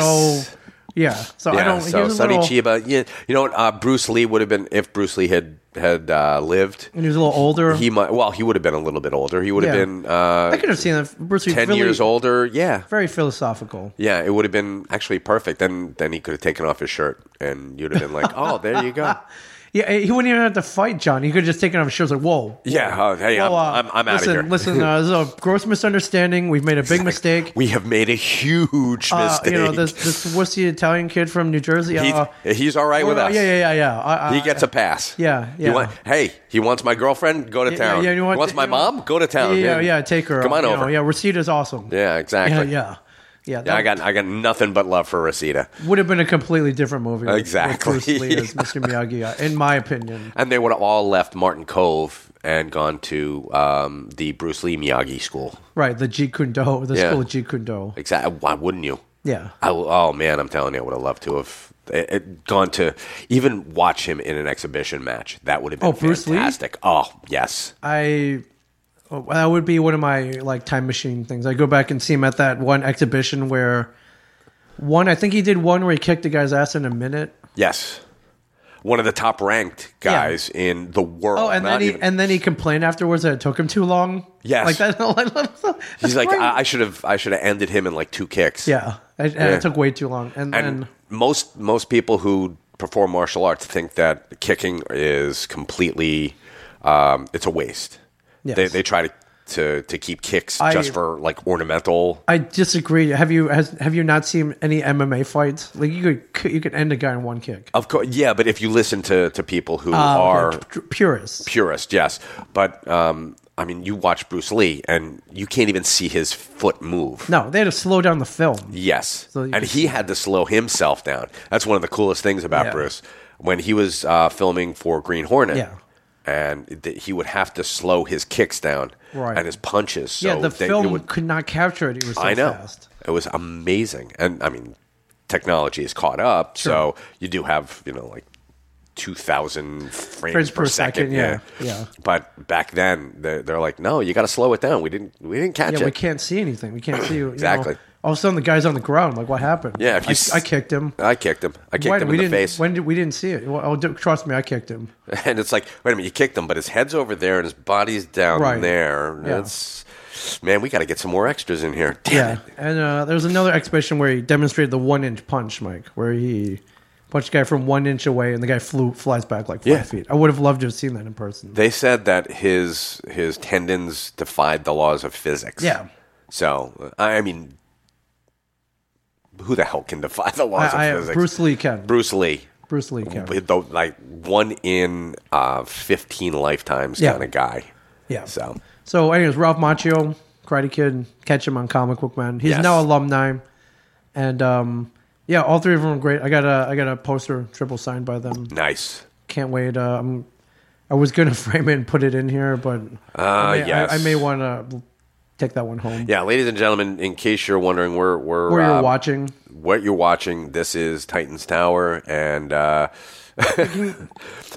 Speaker 9: So, yeah. So I
Speaker 10: Yeah,
Speaker 9: don't.
Speaker 10: so
Speaker 9: here's a
Speaker 10: Sonny
Speaker 9: little-
Speaker 10: Chiba, yeah, you know what? Uh, Bruce Lee would have been if Bruce Lee had had uh, lived.
Speaker 9: When he was a little older,
Speaker 10: He might well, he would have been a little bit older. He would have
Speaker 9: Yeah.
Speaker 10: been uh,
Speaker 9: I could have seen that. Bruce Lee,
Speaker 10: ten
Speaker 9: really-
Speaker 10: years older. Yeah,
Speaker 9: Very philosophical.
Speaker 10: yeah, it would have been actually perfect. Then then he could have taken off his shirt, and you'd have been like, oh, there you go.
Speaker 9: Yeah, he wouldn't even have to fight John. He could have just taken off his shoes like, whoa.
Speaker 10: Yeah, oh, hey,
Speaker 9: whoa, uh,
Speaker 10: I'm, I'm, I'm out of
Speaker 9: listen,
Speaker 10: here.
Speaker 9: Listen, uh, this is a gross misunderstanding. We've made a big mistake.
Speaker 10: We have made a huge
Speaker 9: Uh,
Speaker 10: mistake.
Speaker 9: you know, this, this wussy Italian kid from New Jersey.
Speaker 10: he's,
Speaker 9: uh,
Speaker 10: he's all right with
Speaker 9: uh,
Speaker 10: us.
Speaker 9: Yeah, yeah, yeah, yeah. I- I-
Speaker 10: He gets a pass.
Speaker 9: Yeah,
Speaker 10: He
Speaker 9: yeah.
Speaker 10: want- hey, he wants my girlfriend. Go to
Speaker 9: yeah,
Speaker 10: town.
Speaker 9: yeah, you know what?
Speaker 10: He wants my
Speaker 9: You know-
Speaker 10: mom. Go to
Speaker 9: yeah,
Speaker 10: town.
Speaker 9: yeah,
Speaker 10: Man,
Speaker 9: yeah, take her.
Speaker 10: Come on
Speaker 9: you
Speaker 10: over.
Speaker 9: Know, yeah, Rosita's awesome.
Speaker 10: Yeah,
Speaker 9: yeah,
Speaker 10: exactly.
Speaker 9: yeah. Yeah,
Speaker 10: Yeah,
Speaker 9: that
Speaker 10: I got I got nothing but love for Rosita,
Speaker 9: would have been a completely different movie. with- with
Speaker 10: Exactly.
Speaker 9: Bruce Lee as Mr. Miyagi, uh, in my opinion.
Speaker 10: and they would have all left Martin Cove and gone to um, the Bruce Lee Miyagi school.
Speaker 9: Right, the Jeet Kune Do, the
Speaker 10: Yeah.
Speaker 9: school of Jeet Kune Do.
Speaker 10: Exactly. Why wouldn't you?
Speaker 9: Yeah.
Speaker 10: I, oh man, I'm telling you, I would have loved to have it, it, gone to even watch him in an exhibition match. That would have been
Speaker 9: Oh, Bruce Lee?
Speaker 10: fantastic. Oh yes,
Speaker 9: I oh, that would be one of my like time machine things. I go back and see him at that one exhibition where one I think he did one where he kicked a guy's ass in a minute.
Speaker 10: yes. One of the top ranked guys in the world.
Speaker 9: Oh, and
Speaker 10: Not
Speaker 9: then he
Speaker 10: even-
Speaker 9: and then he complained afterwards that it took him too long.
Speaker 10: Yes.
Speaker 9: like that. that's
Speaker 10: he's like,
Speaker 9: great.
Speaker 10: I, I should have, I should have ended him in like two kicks.
Speaker 9: yeah, and, and it took way too long. And,
Speaker 10: and
Speaker 9: then
Speaker 10: most most people who perform martial arts think that kicking is completely, um, it's a waste.
Speaker 9: Yes.
Speaker 10: They they try to to, to keep kicks
Speaker 9: I-
Speaker 10: just for like ornamental.
Speaker 9: I disagree. Have you has, have you not seen any MMA fights? Like you could you could end a guy in one kick.
Speaker 10: Of course, yeah, but if you listen to, to people who
Speaker 9: Uh,
Speaker 10: are
Speaker 9: p- purists.
Speaker 10: purists, yes, but um, I mean, you watch Bruce Lee and you can't even see his foot move.
Speaker 9: No, they had to slow down the film.
Speaker 10: Yes,
Speaker 9: So you
Speaker 10: and
Speaker 9: can
Speaker 10: he had to slow himself down. That's one of the coolest things about
Speaker 9: Yeah.
Speaker 10: Bruce when he was uh, filming for Green Hornet.
Speaker 9: Yeah.
Speaker 10: And th- he would have to slow his kicks down
Speaker 9: Right.
Speaker 10: and his punches. So
Speaker 9: yeah, the
Speaker 10: they- it
Speaker 9: film
Speaker 10: would-
Speaker 9: could not capture it. It was so
Speaker 10: I know.
Speaker 9: fast.
Speaker 10: It was amazing. And I mean, technology is caught up. So you do have, you know, like 2,000 frames,
Speaker 9: Frames
Speaker 10: per,
Speaker 9: per
Speaker 10: second.
Speaker 9: second, yeah, yeah.
Speaker 10: But back then, they're, they're like, no, you got to slow it down. We didn't, we didn't catch
Speaker 9: Yeah,
Speaker 10: it.
Speaker 9: we can't see anything. We can't see you know.
Speaker 10: Exactly.
Speaker 9: all of a sudden, the guy's on the ground. Like, what happened?
Speaker 10: Yeah, if you
Speaker 9: I,
Speaker 10: s-
Speaker 9: I kicked him.
Speaker 10: I kicked him. I kicked
Speaker 9: Why-
Speaker 10: him
Speaker 9: we
Speaker 10: in the
Speaker 9: didn't,
Speaker 10: face.
Speaker 9: When did we didn't see it? Well, oh, d- trust me, I kicked him.
Speaker 10: and it's like, wait a minute, you kicked him, but his head's over there and his body's down
Speaker 9: Right.
Speaker 10: there.
Speaker 9: Yeah.
Speaker 10: It's, man, we got to get some more extras in here. Damn
Speaker 9: Yeah,
Speaker 10: it.
Speaker 9: and uh, there was another exhibition where he demonstrated the one inch punch, Mike, where he punched a guy from one inch away, and the guy flew flies back like five
Speaker 10: Yeah.
Speaker 9: feet. I would have loved to have seen that in person.
Speaker 10: They said that his his tendons defied the laws of physics.
Speaker 9: Yeah.
Speaker 10: So I mean, who the hell can defy the laws
Speaker 9: I,
Speaker 10: of
Speaker 9: I,
Speaker 10: physics?
Speaker 9: Bruce Lee can. Bruce,
Speaker 10: Bruce Lee.
Speaker 9: Lee can.
Speaker 10: With the, like one in uh, fifteen lifetimes
Speaker 9: Yeah.
Speaker 10: kind of guy.
Speaker 9: Yeah.
Speaker 10: So
Speaker 9: So, anyways, Ralph Macchio, Karate Kid, catch him on Comic Book Man. He's
Speaker 10: Yes.
Speaker 9: now alumni, and um, yeah, all three of them are great. I got a I got a poster triple signed by them.
Speaker 10: nice.
Speaker 9: Can't wait. Uh, I'm, I was gonna frame it and put it in here, but I, may,
Speaker 10: Ah, yes.
Speaker 9: I, I may want to take that one home.
Speaker 10: Yeah, ladies and gentlemen, in case you're wondering, we're we're
Speaker 9: Or you're
Speaker 10: um,
Speaker 9: watching.
Speaker 10: what you're watching. This is Titans Tower, and uh,
Speaker 9: Can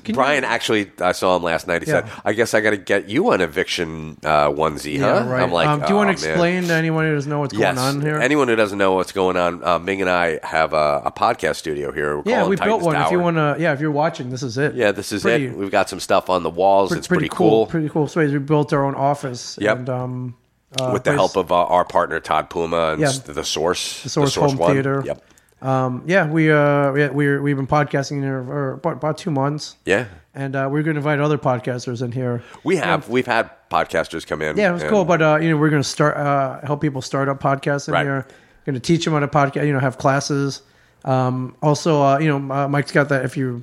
Speaker 9: you-
Speaker 10: Brian actually, I saw him last night. He
Speaker 9: Yeah.
Speaker 10: said, "I guess I got to get you an eviction uh, onesie,
Speaker 9: yeah,
Speaker 10: huh?"
Speaker 9: right.
Speaker 10: I'm like,
Speaker 9: um, do you want to
Speaker 10: "Oh, man."
Speaker 9: explain to anyone who doesn't know what's
Speaker 10: Yes.
Speaker 9: going on here?
Speaker 10: Anyone who doesn't know what's going on, uh, Ming and I have a, a podcast studio here. We're
Speaker 9: yeah,
Speaker 10: calling
Speaker 9: we
Speaker 10: Titans
Speaker 9: built one. If you
Speaker 10: Tower.
Speaker 9: want to, yeah, if you're watching, this is it.
Speaker 10: yeah, this is
Speaker 9: Pretty-
Speaker 10: it. We've got some stuff on the walls.
Speaker 9: pre-
Speaker 10: it's pretty, cool.
Speaker 9: Pretty cool space. We built our own office.
Speaker 10: Yep.
Speaker 9: And, um, uh,
Speaker 10: with the
Speaker 9: place-
Speaker 10: help of uh, our partner Todd Puma and
Speaker 9: Yeah.
Speaker 10: s- the Source, the
Speaker 9: Source Home
Speaker 10: One.
Speaker 9: Theater.
Speaker 10: Yep.
Speaker 9: Um, yeah, we uh, we we we've been podcasting here for about, about two months.
Speaker 10: Yeah,
Speaker 9: And uh, we're going to invite other podcasters in here.
Speaker 10: we have we've had podcasters come in.
Speaker 9: Yeah, it was
Speaker 10: and-
Speaker 9: cool. But uh, you know, we're going to start uh, help people start up podcasts in
Speaker 10: Right.
Speaker 9: here. Going to teach them how to podcast. You know, have classes. Um, also, uh, you know, uh, Mike's got that. If you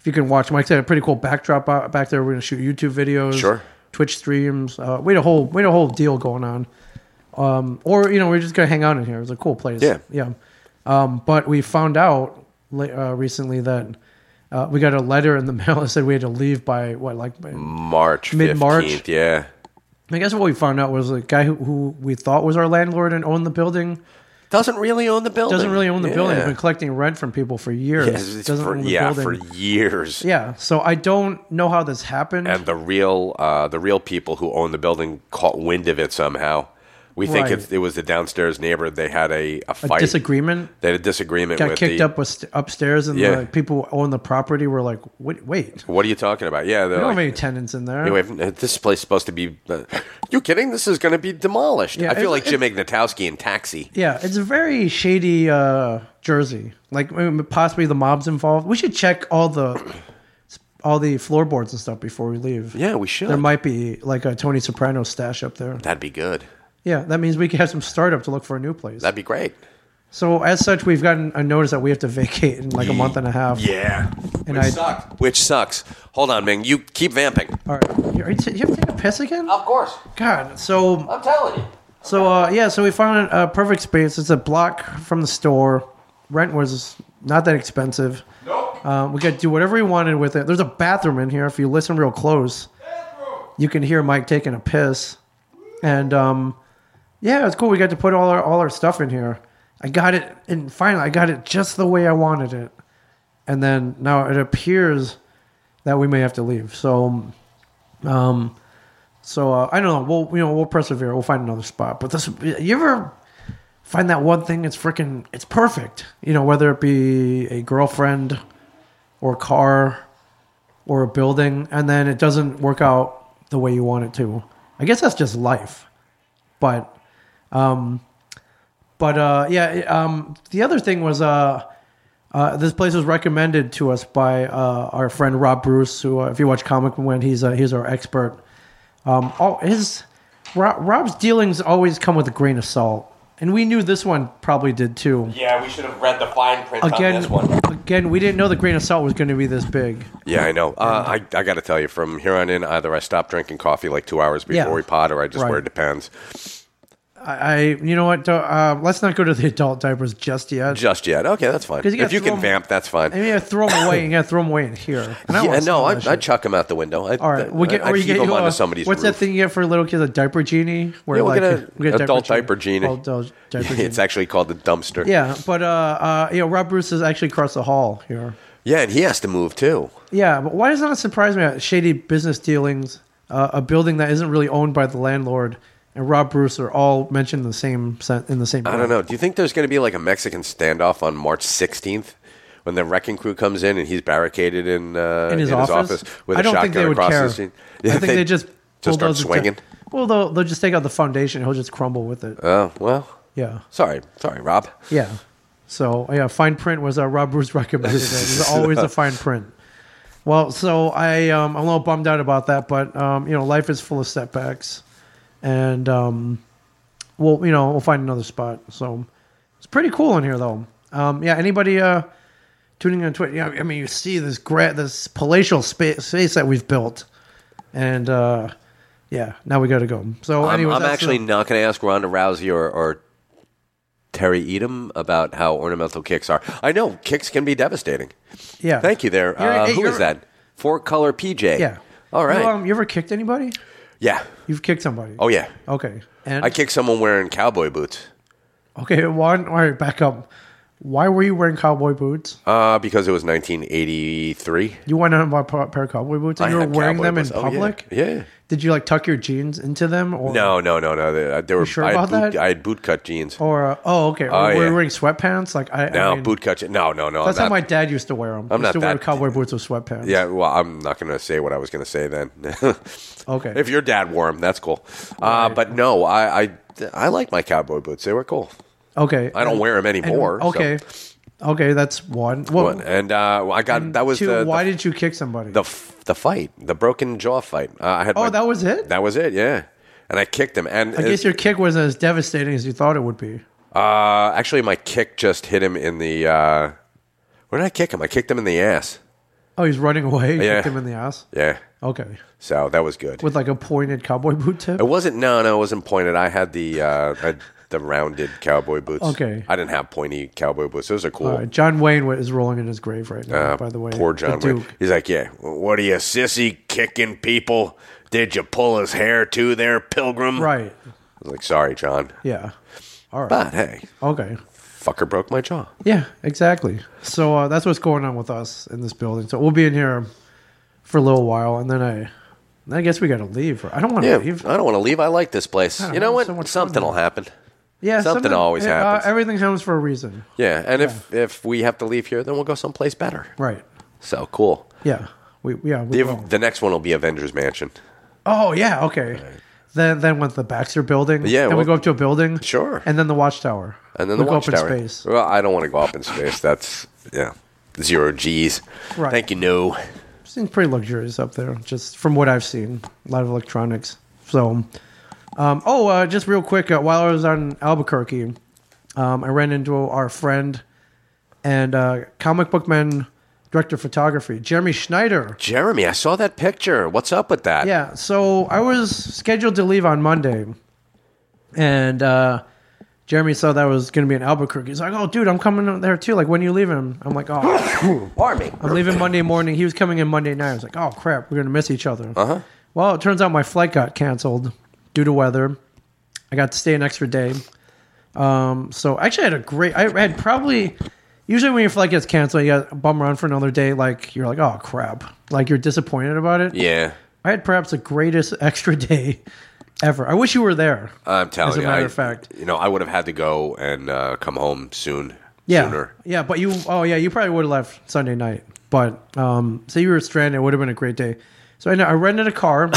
Speaker 9: if you can watch, Mike's got a pretty cool backdrop out back there. We're going to shoot YouTube videos,
Speaker 10: Sure.
Speaker 9: Twitch streams. Uh, we had a whole we had a whole deal going on. Um, or you know, we're just going to hang out in here. It's a cool place.
Speaker 10: Yeah.
Speaker 9: yeah. Um, but we found out la- uh, recently that. Uh, we got a letter in the mail that said we had to leave by what, like by
Speaker 10: March
Speaker 9: Mid-March.
Speaker 10: 15th, Yeah,
Speaker 9: I guess what we found out was the guy who, who we thought was our landlord and owned the building
Speaker 10: doesn't really own the building.
Speaker 9: doesn't really own the building. He's
Speaker 10: Yeah.
Speaker 9: been collecting rent from people for years.
Speaker 10: Yeah, it's- it's
Speaker 9: doesn't
Speaker 10: for,
Speaker 9: own the
Speaker 10: yeah, for
Speaker 9: building.
Speaker 10: years.
Speaker 9: yeah. So I don't know how this happened.
Speaker 10: And the real uh, the real people who own the building caught wind of it somehow. We think
Speaker 9: Right.
Speaker 10: it's it was the downstairs neighbor. They had a, a
Speaker 9: a
Speaker 10: fight.
Speaker 9: disagreement
Speaker 10: They had a disagreement
Speaker 9: got
Speaker 10: with
Speaker 9: kicked
Speaker 10: the,
Speaker 9: up with st- upstairs, and
Speaker 10: Yeah.
Speaker 9: the people who own the property were like, "Wait, wait,
Speaker 10: What are you talking about? Yeah, they're
Speaker 9: we don't have
Speaker 10: like,
Speaker 9: any tenants in there."
Speaker 10: You have- this place is supposed to be. Uh, you kidding? This is going to be demolished.
Speaker 9: Yeah,
Speaker 10: I feel
Speaker 9: it-
Speaker 10: like Jim Ignatowski in Taxi.
Speaker 9: yeah, it's a very shady uh, Jersey. Like I mean, possibly the mob's involved. We should check all the all the floorboards and stuff before we leave.
Speaker 10: Yeah, we should.
Speaker 9: There might be like a Tony Soprano stash up there.
Speaker 10: That'd be good.
Speaker 9: Yeah, that means we can have some startup to look for a new place.
Speaker 10: That'd be great.
Speaker 9: so as such, we've gotten a notice that we have to vacate in like a month and a half.
Speaker 10: Yeah.
Speaker 9: and I.
Speaker 10: Sucks. Which sucks. Hold on, Ming. You keep vamping.
Speaker 9: All right, you, are you, you have to take a piss again?
Speaker 10: Of course.
Speaker 9: God. So
Speaker 10: I'm telling you.
Speaker 9: so uh, yeah. So we found a perfect space. It's a block from the store. Rent was not that expensive. Nope. Uh, we got to do whatever we wanted with it. There's a bathroom in here. If you listen real close, you can hear Mike taking a piss. And um, yeah, it's cool. We got to put all our all our stuff in here. I got it, and finally, I got it just the way I wanted it. And then now it appears that we may have to leave. So, um, so uh, I don't know. We'll you know we'll persevere. We'll find another spot. But this, you ever find that one thing? It's freaking, it's perfect. You know, whether it be a girlfriend, or a car, or a building, and then it doesn't work out the way you want it to. I guess that's just life. But um, but uh, yeah, it, um, the other thing was uh, uh, this place was recommended to us by uh, our friend Rob Bruce, who, uh, if you watch Comic When, he's uh, he's our expert. Um, all his Rob, Rob's dealings always come with a grain of salt, and we knew this one probably did too.
Speaker 10: Yeah, we should have read the fine print
Speaker 9: Again, again, we didn't know the grain of salt was going to be this big.
Speaker 10: Yeah, I know. Uh, I I got to tell you, from here on in, either I stop drinking coffee like two hours before
Speaker 9: Yeah.
Speaker 10: we pod, or I just
Speaker 9: Right.
Speaker 10: wear Depends.
Speaker 9: I, I you know what? don't- Uh, let's not go to the adult diapers just yet.
Speaker 10: Just yet. Okay, that's fine.
Speaker 9: 'Cause you gotta
Speaker 10: if you can
Speaker 9: throw 'em-
Speaker 10: vamp, that's fine.
Speaker 9: I mean, I throw them away. You got to throw them away in here. And
Speaker 10: yeah,
Speaker 9: want some
Speaker 10: no,
Speaker 9: of
Speaker 10: I,
Speaker 9: that
Speaker 10: I
Speaker 9: shit.
Speaker 10: chuck them out the window. I,
Speaker 9: All right, we'll get
Speaker 10: I, I
Speaker 9: or you
Speaker 10: heave
Speaker 9: get
Speaker 10: 'em
Speaker 9: you
Speaker 10: onto
Speaker 9: a-
Speaker 10: somebody's
Speaker 9: What's that
Speaker 10: roof.
Speaker 9: thing you get for little kids? A diaper genie? Where
Speaker 10: Yeah, we'll get a-
Speaker 9: we
Speaker 10: adult diaper genie.
Speaker 9: Adult diaper genie.
Speaker 10: It's actually called the dumpster.
Speaker 9: Yeah, but uh, uh, you know, Rob Bruce is actually across the hall here.
Speaker 10: Yeah, and he has to move too.
Speaker 9: Yeah, but why does that surprise me? At shady business dealings, uh, a building that isn't really owned by the landlord, and Rob Bruce are all mentioned in the same sen- in the same.
Speaker 10: I don't know. Do you think there's going to be like a Mexican standoff on March 16th when the wrecking crew comes in and he's barricaded in, uh,
Speaker 9: in his, office?
Speaker 10: with
Speaker 9: I
Speaker 10: a
Speaker 9: don't
Speaker 10: shotgun
Speaker 9: think they would
Speaker 10: across
Speaker 9: care.
Speaker 10: the scene?
Speaker 9: I think they, just
Speaker 10: just start
Speaker 9: bulldoze it down.
Speaker 10: swinging.
Speaker 9: Well, they'll they'll just take out the foundation. He'll just crumble with it.
Speaker 10: Oh well,
Speaker 9: yeah.
Speaker 10: sorry, sorry, Rob.
Speaker 9: Yeah. So yeah, fine print was uh, Rob Bruce recommended. It It's always a fine print. Well, so I um, I'm a little bummed out about that, but um, you know, life is full of setbacks, and um, we'll you know we'll find another spot. So it's pretty cool in here though. Um, yeah, anybody uh, tuning in on Twitter? Yeah, I mean, you see this gra- this palatial space, space that we've built, and uh, yeah, now we got to go. So
Speaker 10: I'm,
Speaker 9: anyway,
Speaker 10: I'm
Speaker 9: that's uh,
Speaker 10: actually
Speaker 9: the-
Speaker 10: not going to ask Ronda Rousey or, or Terry Edom about how ornamental kicks are. I know kicks can be devastating.
Speaker 9: yeah.
Speaker 10: Thank you. There,
Speaker 9: You're-
Speaker 10: uh,
Speaker 9: hey,
Speaker 10: who
Speaker 9: you're-
Speaker 10: is that? Four color PJ.
Speaker 9: Yeah.
Speaker 10: All right.
Speaker 9: You, um, you ever kicked anybody?
Speaker 10: Yeah.
Speaker 9: You've kicked somebody.
Speaker 10: Oh yeah.
Speaker 9: Okay. And
Speaker 10: I kicked someone wearing cowboy boots
Speaker 9: okay, one. All right, back up. Why were you wearing cowboy boots?
Speaker 10: uh, because it was 1983.
Speaker 9: You went out and bought a pair of cowboy boots, and
Speaker 10: I
Speaker 9: you were
Speaker 10: had
Speaker 9: wearing
Speaker 10: cowboy
Speaker 9: them in
Speaker 10: boots. Oh, yeah.
Speaker 9: public.
Speaker 10: Yeah.
Speaker 9: Did you like tuck your jeans into them? Or,
Speaker 10: No, no, no, no. They, uh, they were.
Speaker 9: sure
Speaker 10: I, had
Speaker 9: about
Speaker 10: boot,
Speaker 9: that?
Speaker 10: I had bootcut jeans.
Speaker 9: Or uh, oh, okay.
Speaker 10: Oh,
Speaker 9: were
Speaker 10: yeah.
Speaker 9: you wearing sweatpants? Like I. I
Speaker 10: no,
Speaker 9: mean,
Speaker 10: bootcut. je- No, no, no.
Speaker 9: That's
Speaker 10: I'm
Speaker 9: how
Speaker 10: not-
Speaker 9: my dad used to wear them.
Speaker 10: I'm
Speaker 9: used
Speaker 10: not
Speaker 9: to wear
Speaker 10: that-
Speaker 9: cowboy boots with sweatpants.
Speaker 10: Yeah, well, I'm not going to say what I was going to say then.
Speaker 9: Okay.
Speaker 10: If your dad wore them, that's cool. Uh, But no, I, I I like my cowboy boots. They were cool.
Speaker 9: Okay.
Speaker 10: I don't wear them
Speaker 9: And-
Speaker 10: anymore. so-
Speaker 9: okay. Okay, that's one.
Speaker 10: One-
Speaker 9: What?
Speaker 10: And uh, I got that was
Speaker 9: two,
Speaker 10: the,
Speaker 9: why
Speaker 10: the
Speaker 9: did you kick somebody?
Speaker 10: the f- the fight, the broken jaw fight. Uh, I had
Speaker 9: oh,
Speaker 10: my-
Speaker 9: that was it.
Speaker 10: that was it. Yeah, and I kicked him. And
Speaker 9: I
Speaker 10: it-
Speaker 9: guess your kick wasn't as devastating as you thought it would be.
Speaker 10: Uh, actually, my kick just hit him in the. Uh, where did I kick him? I kicked him in the ass.
Speaker 9: Oh, he's running away. You
Speaker 10: Yeah.
Speaker 9: Kicked him in the ass.
Speaker 10: Yeah.
Speaker 9: Okay.
Speaker 10: So that was good.
Speaker 9: With like a pointed cowboy boot tip.
Speaker 10: it wasn't. No, no, it wasn't pointed. I had the uh, I, the rounded cowboy boots.
Speaker 9: Okay.
Speaker 10: I didn't have pointy cowboy boots. Those are cool.
Speaker 9: All right, John Wayne is rolling in his grave right now.
Speaker 10: Oh. Uh,
Speaker 9: by the way,
Speaker 10: poor
Speaker 9: The
Speaker 10: John Wayne.
Speaker 9: Duke.
Speaker 10: He's like, yeah. What are you, sissy, kicking people? Did you pull his hair too, there, pilgrim?
Speaker 9: Right.
Speaker 10: I was like, sorry, John.
Speaker 9: Yeah. All right.
Speaker 10: But hey,
Speaker 9: Okay.
Speaker 10: fucker broke my jaw.
Speaker 9: Yeah. Exactly. So uh, that's what's going on with us in this building. So we'll be in here for a little while, and then I, then I guess we got to leave. I don't want to
Speaker 10: Yeah, uh,
Speaker 9: leave.
Speaker 10: I don't want to leave. I like this place.
Speaker 9: don't
Speaker 10: You know
Speaker 9: know,
Speaker 10: what?
Speaker 9: so much fun.
Speaker 10: Something will happen.
Speaker 9: Yeah.
Speaker 10: something always
Speaker 9: uh,
Speaker 10: happens.
Speaker 9: everything happens for a reason.
Speaker 10: Yeah, and if if we have to leave here, then we'll go someplace better.
Speaker 9: Right.
Speaker 10: So cool.
Speaker 9: Yeah. We yeah. We
Speaker 10: The,
Speaker 9: will.
Speaker 10: the next one will be Avengers Mansion.
Speaker 9: oh yeah. Okay. Then then went the Baxter Building.
Speaker 10: Yeah,
Speaker 9: Then we
Speaker 10: well-
Speaker 9: go up to a building.
Speaker 10: Sure.
Speaker 9: And then the Watchtower.
Speaker 10: And then
Speaker 9: we
Speaker 10: the
Speaker 9: go
Speaker 10: Watchtower.
Speaker 9: up in space.
Speaker 10: Well, I don't want to go up in space. That's yeah, zero G's.
Speaker 9: Right.
Speaker 10: Thank you. No.
Speaker 9: Seems pretty luxurious up there, just from what I've seen. A lot of electronics. So, um, oh, uh, just real quick, uh, while I was on Albuquerque, um, I ran into our friend and uh, comic book man, director of photography, Jeremy Schneider.
Speaker 10: Jeremy, I saw that picture. What's up with that?
Speaker 9: Yeah, so I was scheduled to leave on Monday, and uh, Jeremy saw that I was going to be in Albuquerque. He's like, "Oh, dude, I'm coming up there too. Like, when you leaving?" I'm like, "Oh."
Speaker 10: Army.
Speaker 9: I'm leaving Monday morning. He was coming in Monday night. I was like, oh crap, we're gonna miss each other. Uh-huh. Well, it turns out my flight got canceled due to weather. I got to stay an extra day. Um, so I actually had a great. I had probably usually when your flight gets canceled, you got bum around for another day. Like you're like, oh crap, like you're disappointed about it.
Speaker 10: Yeah,
Speaker 9: I had perhaps the greatest extra day ever. I wish you were there.
Speaker 10: I'm telling
Speaker 9: As a
Speaker 10: you.
Speaker 9: matter
Speaker 10: I-
Speaker 9: of fact.
Speaker 10: you know, I would have had to go and uh, come home soon.
Speaker 9: Yeah.
Speaker 10: Sooner.
Speaker 9: Yeah, but you oh yeah, you probably would have left Sunday night. But um say you were stranded, it would have been a great day. So I know I rented a car,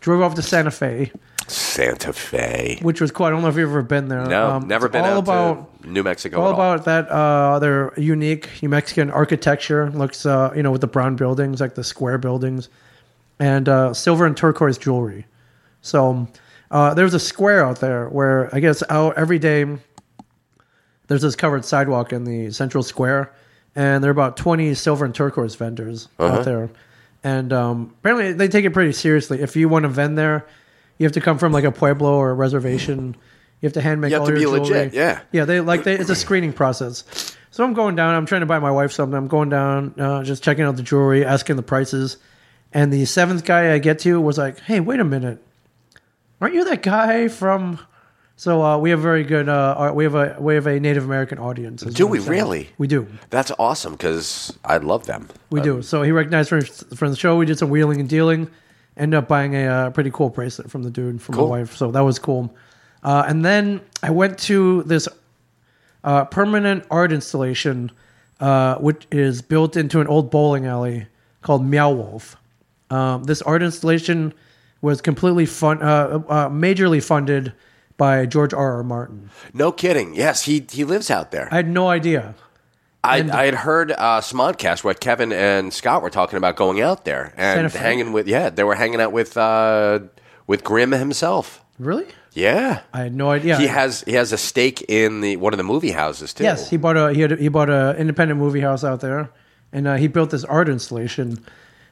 Speaker 9: drove off to Santa Fe,
Speaker 10: Santa Fe.
Speaker 9: which was cool. I don't know if you've ever been there.
Speaker 10: No,
Speaker 9: Um,
Speaker 10: never
Speaker 9: it's
Speaker 10: been
Speaker 9: all
Speaker 10: out
Speaker 9: about
Speaker 10: to New Mexico.
Speaker 9: all
Speaker 10: at all.
Speaker 9: about that uh their unique New Mexican architecture. Looks uh you know, with the brown buildings, like the square buildings and uh silver and turquoise jewelry. So uh there's a square out there where I guess out every day there's this covered sidewalk in the central square, and there are about 20 silver and turquoise vendors
Speaker 10: Uh-huh.
Speaker 9: out there. And um, apparently, they take it pretty seriously. If you want to vend there, you have to come from like a pueblo or a reservation. You have to hand make
Speaker 10: You have
Speaker 9: all
Speaker 10: to
Speaker 9: your
Speaker 10: be
Speaker 9: jewelry.
Speaker 10: legit, yeah.
Speaker 9: yeah. They like they, it's a screening process. So I'm going down. I'm trying to buy my wife something. I'm going down, uh, just checking out the jewelry, asking the prices. And the seventh guy I get to was like, "Hey, wait a minute, aren't you that guy from?" So uh, we have very good. Uh, uh, we have a we have a Native American audience. is
Speaker 10: Do
Speaker 9: what
Speaker 10: we
Speaker 9: I'm saying.
Speaker 10: really?
Speaker 9: We do.
Speaker 10: That's awesome because I love them.
Speaker 9: We do. So he recognized from from the show. We did some wheeling and dealing. Ended up buying a uh, pretty cool bracelet from the dude from
Speaker 10: Cool.
Speaker 9: my wife. So that was cool. Uh, and then I went to this uh, permanent art installation, uh, which is built into an old bowling alley called Meow Wolf. Um, this art installation was completely fun, uh, uh, majorly funded by George R. R. Martin.
Speaker 10: No kidding. Yes, he he lives out there.
Speaker 9: I had no idea.
Speaker 10: I, I had heard uh, Smodcast where Kevin and Scott were talking about going out there and
Speaker 9: Santa Fe?
Speaker 10: hanging with. Yeah, they were hanging out with uh, with Grimm himself.
Speaker 9: Really?
Speaker 10: Yeah,
Speaker 9: I had no idea.
Speaker 10: he has he has a stake in the one of the movie houses too.
Speaker 9: Yes, he bought a he, had, he bought a independent movie house out there, and uh, he built this art installation,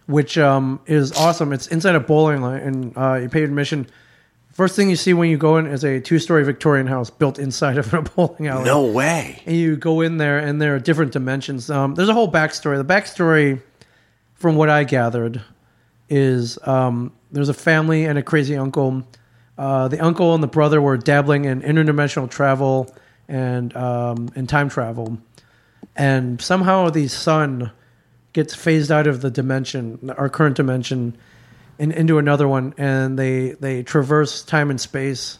Speaker 9: which um, is awesome. It's inside a bowling alley, and uh, you pay admission. First thing you see when you go in is a two story Victorian house built inside of a bowling alley.
Speaker 10: no way.
Speaker 9: and you go in there, and there are different dimensions. Um, there's a whole backstory. The backstory, from what I gathered, is um, there's a family and a crazy uncle. Uh, the uncle and the brother were dabbling in interdimensional travel and um, and time travel, and somehow the son gets phased out of the dimension, our current dimension, and into another one, and they they traverse time and space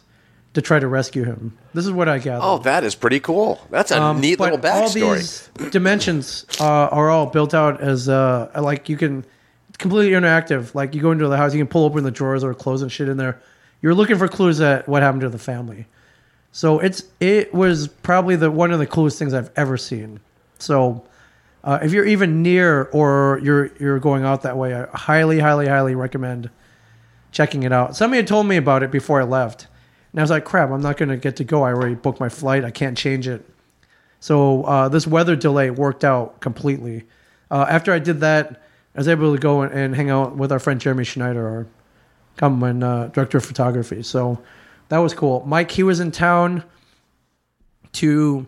Speaker 9: to try to rescue him. This is what I gather.
Speaker 10: Oh, that is pretty cool. That's a
Speaker 9: Um,
Speaker 10: neat
Speaker 9: but
Speaker 10: little backstory.
Speaker 9: All these dimensions uh, are all built out as uh, like you can it's completely interactive. Like you go into the house, you can pull open the drawers or clothes and shit in there. You're looking for clues at what happened to the family. So it's it was probably the one of the coolest things I've ever seen. So uh, if you're even near or you're you're going out that way, I highly, highly, highly recommend checking it out. Somebody had told me about it before I left, and I was like, "Crap, I'm not going to get to go. I already booked my flight. I can't change it." So uh, this weather delay worked out completely. Uh, after I did that, I was able to go and, and hang out with our friend Jeremy Schneider, our common uh, director of photography. So that was cool. Mike, he was in town to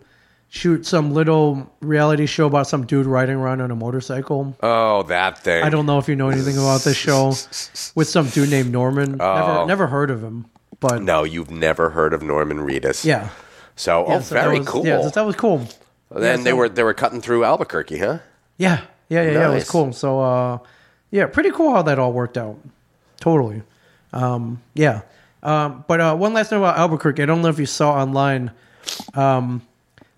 Speaker 9: shoot some little reality show about some dude riding around on a motorcycle.
Speaker 10: oh, that thing.
Speaker 9: I don't know if you know anything about this show with some dude named Norman. Never, never heard of him, but
Speaker 10: Oh. No, you've never heard of Norman Reedus.
Speaker 9: yeah.
Speaker 10: So,
Speaker 9: Yeah,
Speaker 10: oh,
Speaker 9: so that
Speaker 10: very
Speaker 9: was-
Speaker 10: cool.
Speaker 9: Yeah, so that was cool.
Speaker 10: then
Speaker 9: yeah,
Speaker 10: they
Speaker 9: so-
Speaker 10: were they were cutting through Albuquerque, huh?
Speaker 9: Yeah, yeah, yeah, yeah. It was
Speaker 10: Nice.
Speaker 9: cool. So, uh, yeah, pretty cool how that all worked out. Totally. Um, yeah. Um, but uh, one last note about Albuquerque. I don't know if you saw online. Um,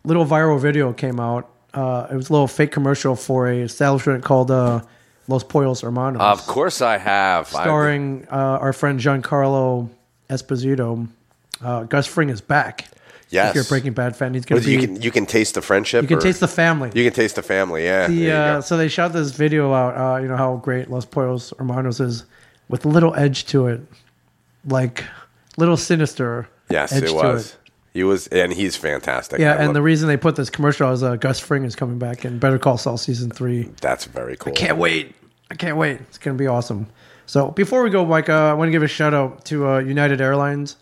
Speaker 9: little viral video came out. Uh, it was a little fake commercial for a establishment called uh, Los Pollos Hermanos,
Speaker 10: Of course, I have. I-
Speaker 9: starring uh, our friend Giancarlo Esposito. Uh, Gus Fring is back.
Speaker 10: yes.
Speaker 9: If you're a Breaking Bad fan, he's going
Speaker 10: Well,
Speaker 9: to be.
Speaker 10: you can you can taste the friendship.
Speaker 9: you can
Speaker 10: or-
Speaker 9: taste the family.
Speaker 10: You can taste the family. Yeah. there you
Speaker 9: The,
Speaker 10: go.
Speaker 9: uh, so they shot this video out, uh, you know, how great Los Pollos Hermanos is with a little edge to it, like little sinister
Speaker 10: yes,
Speaker 9: edge
Speaker 10: it
Speaker 9: to
Speaker 10: was.
Speaker 9: it.
Speaker 10: He was, and he's fantastic.
Speaker 9: Yeah,
Speaker 10: I
Speaker 9: and the
Speaker 10: love-
Speaker 9: reason they put this commercial is uh, Gus Fring is coming back in Better Call Saul season three.
Speaker 10: that's very cool.
Speaker 9: Can't wait. I can't wait. It's going to be awesome. So before we go, Mike, uh, I want to give a shout out to uh, United Airlines.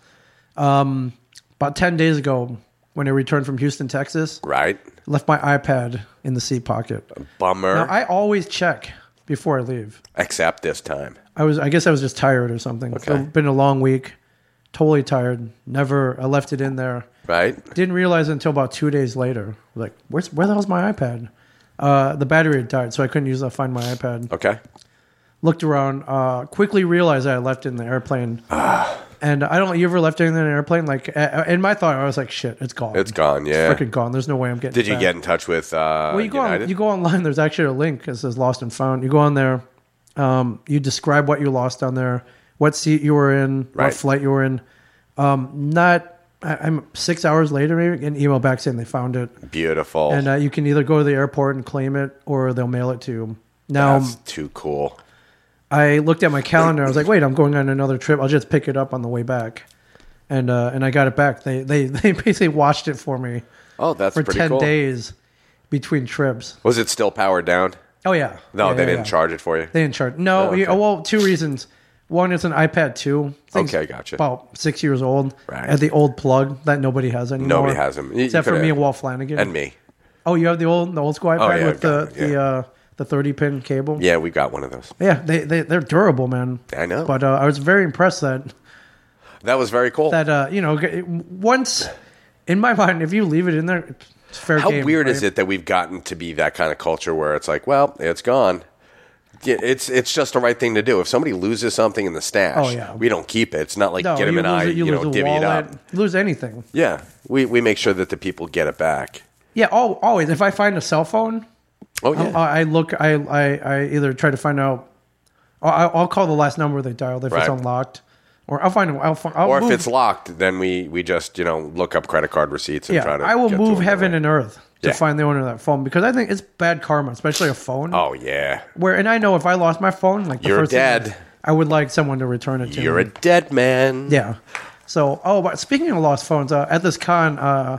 Speaker 9: Um, about 10 days ago, when I returned from Houston, Texas,
Speaker 10: Right?
Speaker 9: left my iPad in the seat pocket.
Speaker 10: Bummer.
Speaker 9: Now, I always check before I leave.
Speaker 10: Except this time.
Speaker 9: I was I guess I was just tired or something. It's
Speaker 10: Okay.
Speaker 9: been a long week. Totally tired. Never I left it in there.
Speaker 10: Right?
Speaker 9: Didn't realize until about two days later. Like, where's where the hell's my iPad? Uh, the battery had died, so I couldn't use that find my iPad.
Speaker 10: Okay.
Speaker 9: Looked around, uh, quickly realized I left it in the airplane. and I don't you ever left anything in an airplane? Like a- a- in my thought, I was like, shit, it's gone.
Speaker 10: It's gone. Yeah.
Speaker 9: freaking gone. There's no way I'm getting
Speaker 10: Did
Speaker 9: it
Speaker 10: you
Speaker 9: back.
Speaker 10: get in touch with uh,
Speaker 9: Well, you go
Speaker 10: United?
Speaker 9: on, you go online. There's actually a link that says "Lost and Found." You go on there. Um, you describe what you lost on there, what seat you were in,
Speaker 10: Right.
Speaker 9: what flight you were in. Um, not, I, I'm six hours later maybe get an email back saying they found it,
Speaker 10: Beautiful.
Speaker 9: and uh, you can either go to the airport and claim it, or they'll mail it to you. Now
Speaker 10: that's too cool.
Speaker 9: I looked at my calendar. I was like, wait, I'm going on another trip. I'll just pick it up on the way back, and uh, and I got it back. They they they basically watched it for me
Speaker 10: Oh, that's
Speaker 9: for
Speaker 10: pretty
Speaker 9: ten
Speaker 10: cool.
Speaker 9: days between trips.
Speaker 10: Was it still powered down?
Speaker 9: Oh yeah.
Speaker 10: No,
Speaker 9: Yeah,
Speaker 10: they
Speaker 9: yeah,
Speaker 10: didn't
Speaker 9: yeah.
Speaker 10: charge it for you.
Speaker 9: They didn't charge.
Speaker 10: Oh,
Speaker 9: No,
Speaker 10: okay.
Speaker 9: yeah, well, two reasons. One, it's an iPad 2. Thing's
Speaker 10: Okay, gotcha.
Speaker 9: About six years old.
Speaker 10: Right.
Speaker 9: At the old plug that nobody has anymore.
Speaker 10: Nobody has 'em. You- you
Speaker 9: except for
Speaker 10: could've-
Speaker 9: me and Walt Flanagan.
Speaker 10: and me. Oh,
Speaker 9: Oh, you have the old the old school iPad
Speaker 10: yeah,
Speaker 9: with
Speaker 10: I've got
Speaker 9: the
Speaker 10: it,
Speaker 9: the
Speaker 10: yeah.
Speaker 9: uh, the thirty pin cable.
Speaker 10: Yeah, we got one of those.
Speaker 9: Yeah, they they they're durable, man.
Speaker 10: I know.
Speaker 9: But uh, I was very impressed that
Speaker 10: That was very cool.
Speaker 9: that uh, you know g- once in my mind, if you leave it in there, it's fair
Speaker 10: How
Speaker 9: game.
Speaker 10: weird
Speaker 9: right?
Speaker 10: is it that we've gotten to be that kind of culture where it's like, well, it's gone. Yeah, It's it's just the right thing to do. If somebody loses something in the stash,
Speaker 9: Oh, yeah.
Speaker 10: we don't keep it. It's not like
Speaker 9: No,
Speaker 10: get him
Speaker 9: you
Speaker 10: an
Speaker 9: lose
Speaker 10: eye,
Speaker 9: it,
Speaker 10: you,
Speaker 9: lose
Speaker 10: know,
Speaker 9: a
Speaker 10: divvy it up.
Speaker 9: wallet, Lose anything.
Speaker 10: Yeah, we, we make sure that the people get it back.
Speaker 9: Yeah, al always. If I find a cell phone,
Speaker 10: Oh
Speaker 9: I'm-
Speaker 10: yeah,
Speaker 9: I, I look. I, I I either try to find out. I, I'll call the last number they dialed if
Speaker 10: Right.
Speaker 9: it's unlocked, or I'll find. I'll, fi- I'll
Speaker 10: or if
Speaker 9: move-
Speaker 10: it's locked, then we we just you know look up credit card receipts and
Speaker 9: yeah,
Speaker 10: try to.
Speaker 9: I will
Speaker 10: get to
Speaker 9: move
Speaker 10: them
Speaker 9: heaven
Speaker 10: that
Speaker 9: and
Speaker 10: way.
Speaker 9: earth to
Speaker 10: Yeah.
Speaker 9: find the owner of that phone because I think it's bad karma, especially a phone.
Speaker 10: Oh yeah,
Speaker 9: Where and I know if I lost my phone, like the
Speaker 10: You're
Speaker 9: first thing
Speaker 10: dead.
Speaker 9: I would like someone to return it to.
Speaker 10: you're
Speaker 9: me.
Speaker 10: a dead man.
Speaker 9: Yeah. So, oh, but speaking of lost phones, uh, at this con, uh,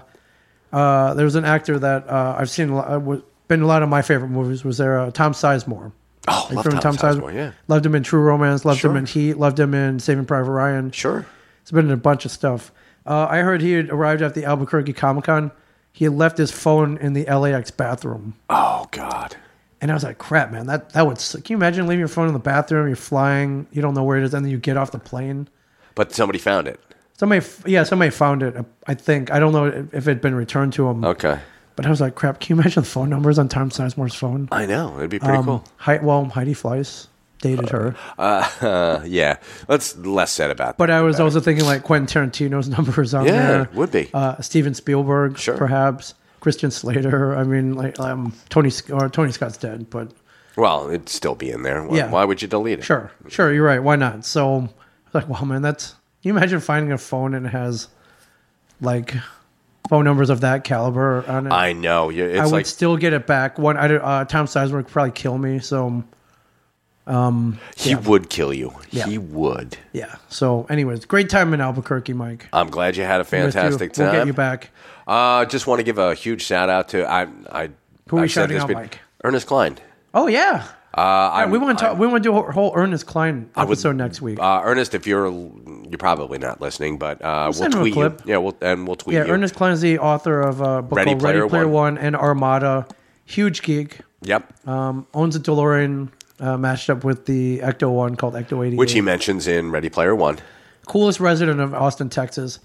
Speaker 9: uh, there was an actor that uh, I've seen a lot, uh, was- been in a lot of my favorite movies. Was there uh, Tom Sizemore?
Speaker 10: Oh,
Speaker 9: Like
Speaker 10: love
Speaker 9: from
Speaker 10: Tom, Sizemore. Yeah,
Speaker 9: Loved him in True Romance. Loved him
Speaker 10: Sure.
Speaker 9: in Heat. Loved him in Saving Private Ryan.
Speaker 10: sure.
Speaker 9: He's been in a bunch of stuff. Uh, I heard he had arrived at the Albuquerque Comic Con. He had left his phone in the LAX bathroom.
Speaker 10: Oh God.
Speaker 9: And I was like, crap, man, that, that would. suck. Can you imagine leaving your phone in the bathroom? You're flying, you don't know where it is, and then you get off the plane.
Speaker 10: But somebody found it.
Speaker 9: Somebody, f- yeah, somebody found it. I think I don't know if it had been returned to him.
Speaker 10: Okay.
Speaker 9: But I was like, crap, can you imagine the phone numbers on Tom Sizemore's phone?
Speaker 10: I know. It'd be
Speaker 9: Um,
Speaker 10: pretty cool.
Speaker 9: Hei- well, Heidi Fleiss dated her.
Speaker 10: Uh, yeah. That's less said about
Speaker 9: But uh,
Speaker 10: that.
Speaker 9: I was also thinking like Quentin Tarantino's number is on
Speaker 10: Yeah,
Speaker 9: there.
Speaker 10: it would be.
Speaker 9: Uh, Steven Spielberg,
Speaker 10: Sure.
Speaker 9: perhaps. Christian Slater. I mean, like um, Tony Sc- or Tony Scott's dead, but
Speaker 10: well, it'd still be in there. Why,
Speaker 9: Yeah.
Speaker 10: why would you delete it?
Speaker 9: sure, sure, you're right. Why not? So I was like, wow, man, that's. Can you imagine finding a phone and it has like phone numbers of that caliber on it?
Speaker 10: I know. You-
Speaker 9: I
Speaker 10: It's
Speaker 9: would
Speaker 10: like
Speaker 9: still get it back. One, I don't- uh, Tom Sizemore could probably kill me. So
Speaker 10: he would kill you.
Speaker 9: Yeah.
Speaker 10: He would.
Speaker 9: yeah. So, anyways, great time in Albuquerque, Mike.
Speaker 10: I'm glad you had a
Speaker 9: With you.
Speaker 10: fantastic
Speaker 9: We'll
Speaker 10: time.
Speaker 9: get you back.
Speaker 10: Uh, just want to give a huge shout out to I. I
Speaker 9: Who are we
Speaker 10: I've said
Speaker 9: shouting
Speaker 10: this
Speaker 9: out,
Speaker 10: be-
Speaker 9: Mike?
Speaker 10: Ernest Klein.
Speaker 9: Oh yeah.
Speaker 10: Uh,
Speaker 9: All right, we
Speaker 10: I'm-
Speaker 9: want to talk, we want to do a whole Ernest Klein
Speaker 10: would-
Speaker 9: episode next week.
Speaker 10: Uh, Ernest, if you're you're probably not listening, but uh, we'll
Speaker 9: send him a
Speaker 10: tweet you.
Speaker 9: clip.
Speaker 10: Yeah, we'll and we'll tweet
Speaker 9: yeah,
Speaker 10: you.
Speaker 9: Ernest Klein is the author of a book
Speaker 10: Ready
Speaker 9: called Ready
Speaker 10: Player
Speaker 9: Player
Speaker 10: One.
Speaker 9: One. and Armada. Huge geek.
Speaker 10: Yep.
Speaker 9: Um, owns a DeLorean uh, mashed up with the Ecto One called Ecto Eighty.
Speaker 10: Which he mentions in Ready Player One.
Speaker 9: coolest resident of Austin, Texas.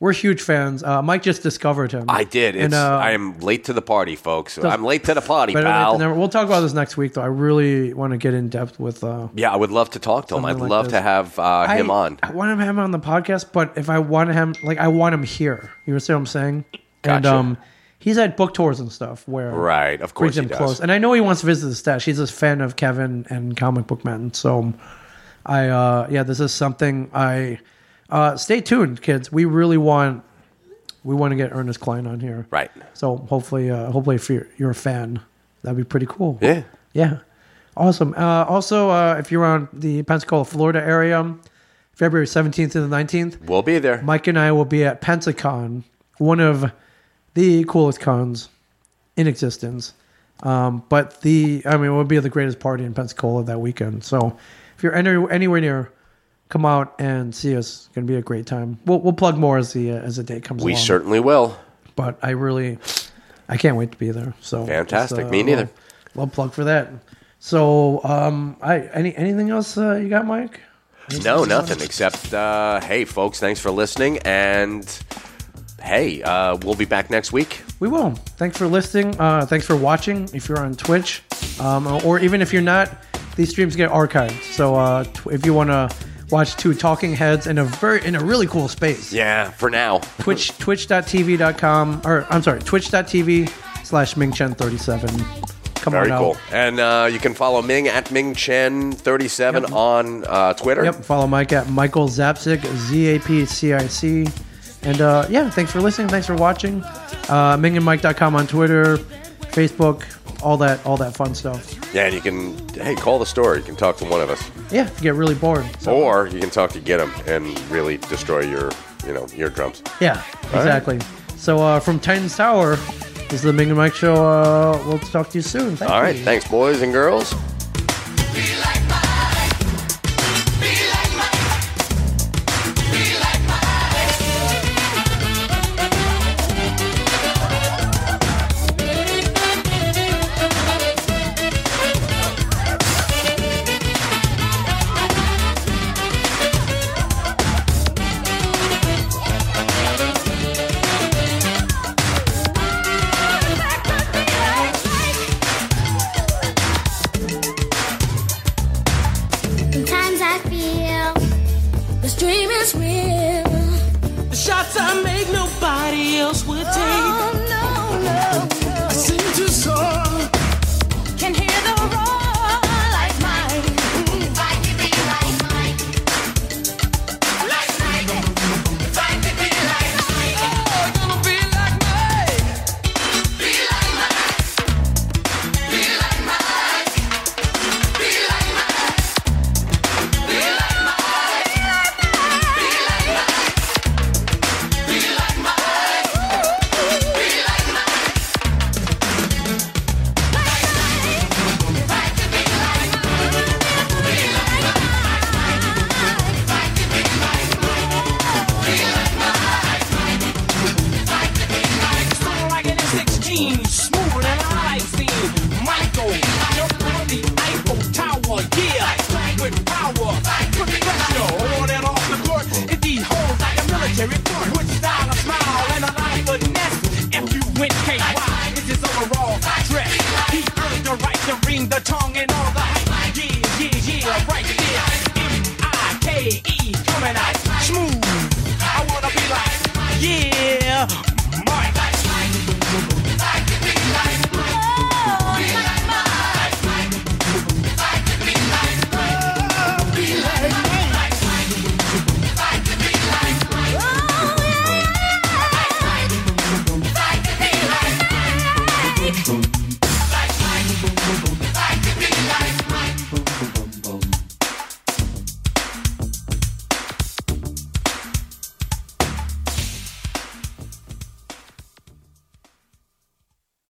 Speaker 9: We're huge fans. Uh, Mike just discovered him.
Speaker 10: I did. It's,
Speaker 9: And, uh,
Speaker 10: I am late to the party, folks. I'm late to the party,
Speaker 9: better late than
Speaker 10: pal.
Speaker 9: never. We'll talk about this next week, though. I really want to get in depth with. Uh,
Speaker 10: Yeah, I would love to talk to him.
Speaker 9: Something
Speaker 10: I'd
Speaker 9: like
Speaker 10: love
Speaker 9: this.
Speaker 10: to have uh, him
Speaker 9: I,
Speaker 10: on.
Speaker 9: I want him to have him on the podcast, but if I want him, like I want him here. You understand what I'm saying? And
Speaker 10: Gotcha.
Speaker 9: um, he's at book tours and stuff where
Speaker 10: Right, of course
Speaker 9: brings
Speaker 10: he
Speaker 9: him
Speaker 10: does.
Speaker 9: close. And I know he wants to visit the stash. He's a fan of Kevin and comic book men. So I, uh, yeah, this is something I. Uh, stay tuned, kids. We really want. We want to get Ernest Klein on here,
Speaker 10: Right.
Speaker 9: So hopefully, uh, hopefully, if you're, you're a fan, that'd be pretty cool.
Speaker 10: Yeah.
Speaker 9: Yeah. Awesome. Uh, also, uh, if you're on the Pensacola, Florida area, February 17th to the 19th,
Speaker 10: We'll be there.
Speaker 9: Mike and I will be at Pensacon, one of the coolest cons in existence. Um, but the, I mean, it would be the greatest party in Pensacola that weekend. So if you're any, anywhere near, come out and see us. It's going to be a great time. We'll, we'll plug more as the, uh, as the day comes
Speaker 10: we
Speaker 9: along.
Speaker 10: certainly will.
Speaker 9: But I really, I can't wait to be there. So
Speaker 10: Fantastic.
Speaker 9: just,
Speaker 10: Me neither.
Speaker 9: Little, little plug for that. So, um, I any anything else uh, you got, Mike?
Speaker 10: No, nothing except, uh, hey, folks, thanks for listening. And hey, uh, we'll be back next week.
Speaker 9: We will. Thanks for listening. Uh, thanks for watching. If you're on Twitch, um, or even if you're not, these streams get archived. So uh, tw- if you want to watch two talking heads in a very in a really cool space,
Speaker 10: Yeah, for now.
Speaker 9: Twitch twitch.tv.com or I'm sorry, twitch.tv slash mingchen37. Come
Speaker 10: Very
Speaker 9: on out.
Speaker 10: cool. And uh, you can follow Ming at Ming Chen 37 on uh, Twitter.
Speaker 9: Yep. Follow Mike at Michael Zapsic, Z A P C I C. And uh, yeah, thanks for listening. Thanks for watching. Uh, MingandMike.com on Twitter, Facebook, all that, all that fun stuff.
Speaker 10: Yeah, and you can, hey, call the store. You can talk to one of us.
Speaker 9: Yeah, if you get really bored. So,
Speaker 10: Or you can talk to Get 'em and really destroy your, you know, eardrums.
Speaker 9: yeah,
Speaker 10: right.
Speaker 9: exactly. So uh, from Titans Tower, this is the Ming and Mike Show. Uh, we'll talk to you soon. Thank
Speaker 10: All right.
Speaker 9: you.
Speaker 10: Thanks, boys and girls.
Speaker 3: Sometimes I feel this dream is real.
Speaker 11: The shots I make, nobody else would take.
Speaker 3: Oh no, no, no. I seem to soar. Can hear the roar like mine.
Speaker 11: Oh, gonna be like mine.
Speaker 3: Be like mine. Be like mine. Be like mine.
Speaker 11: yeah.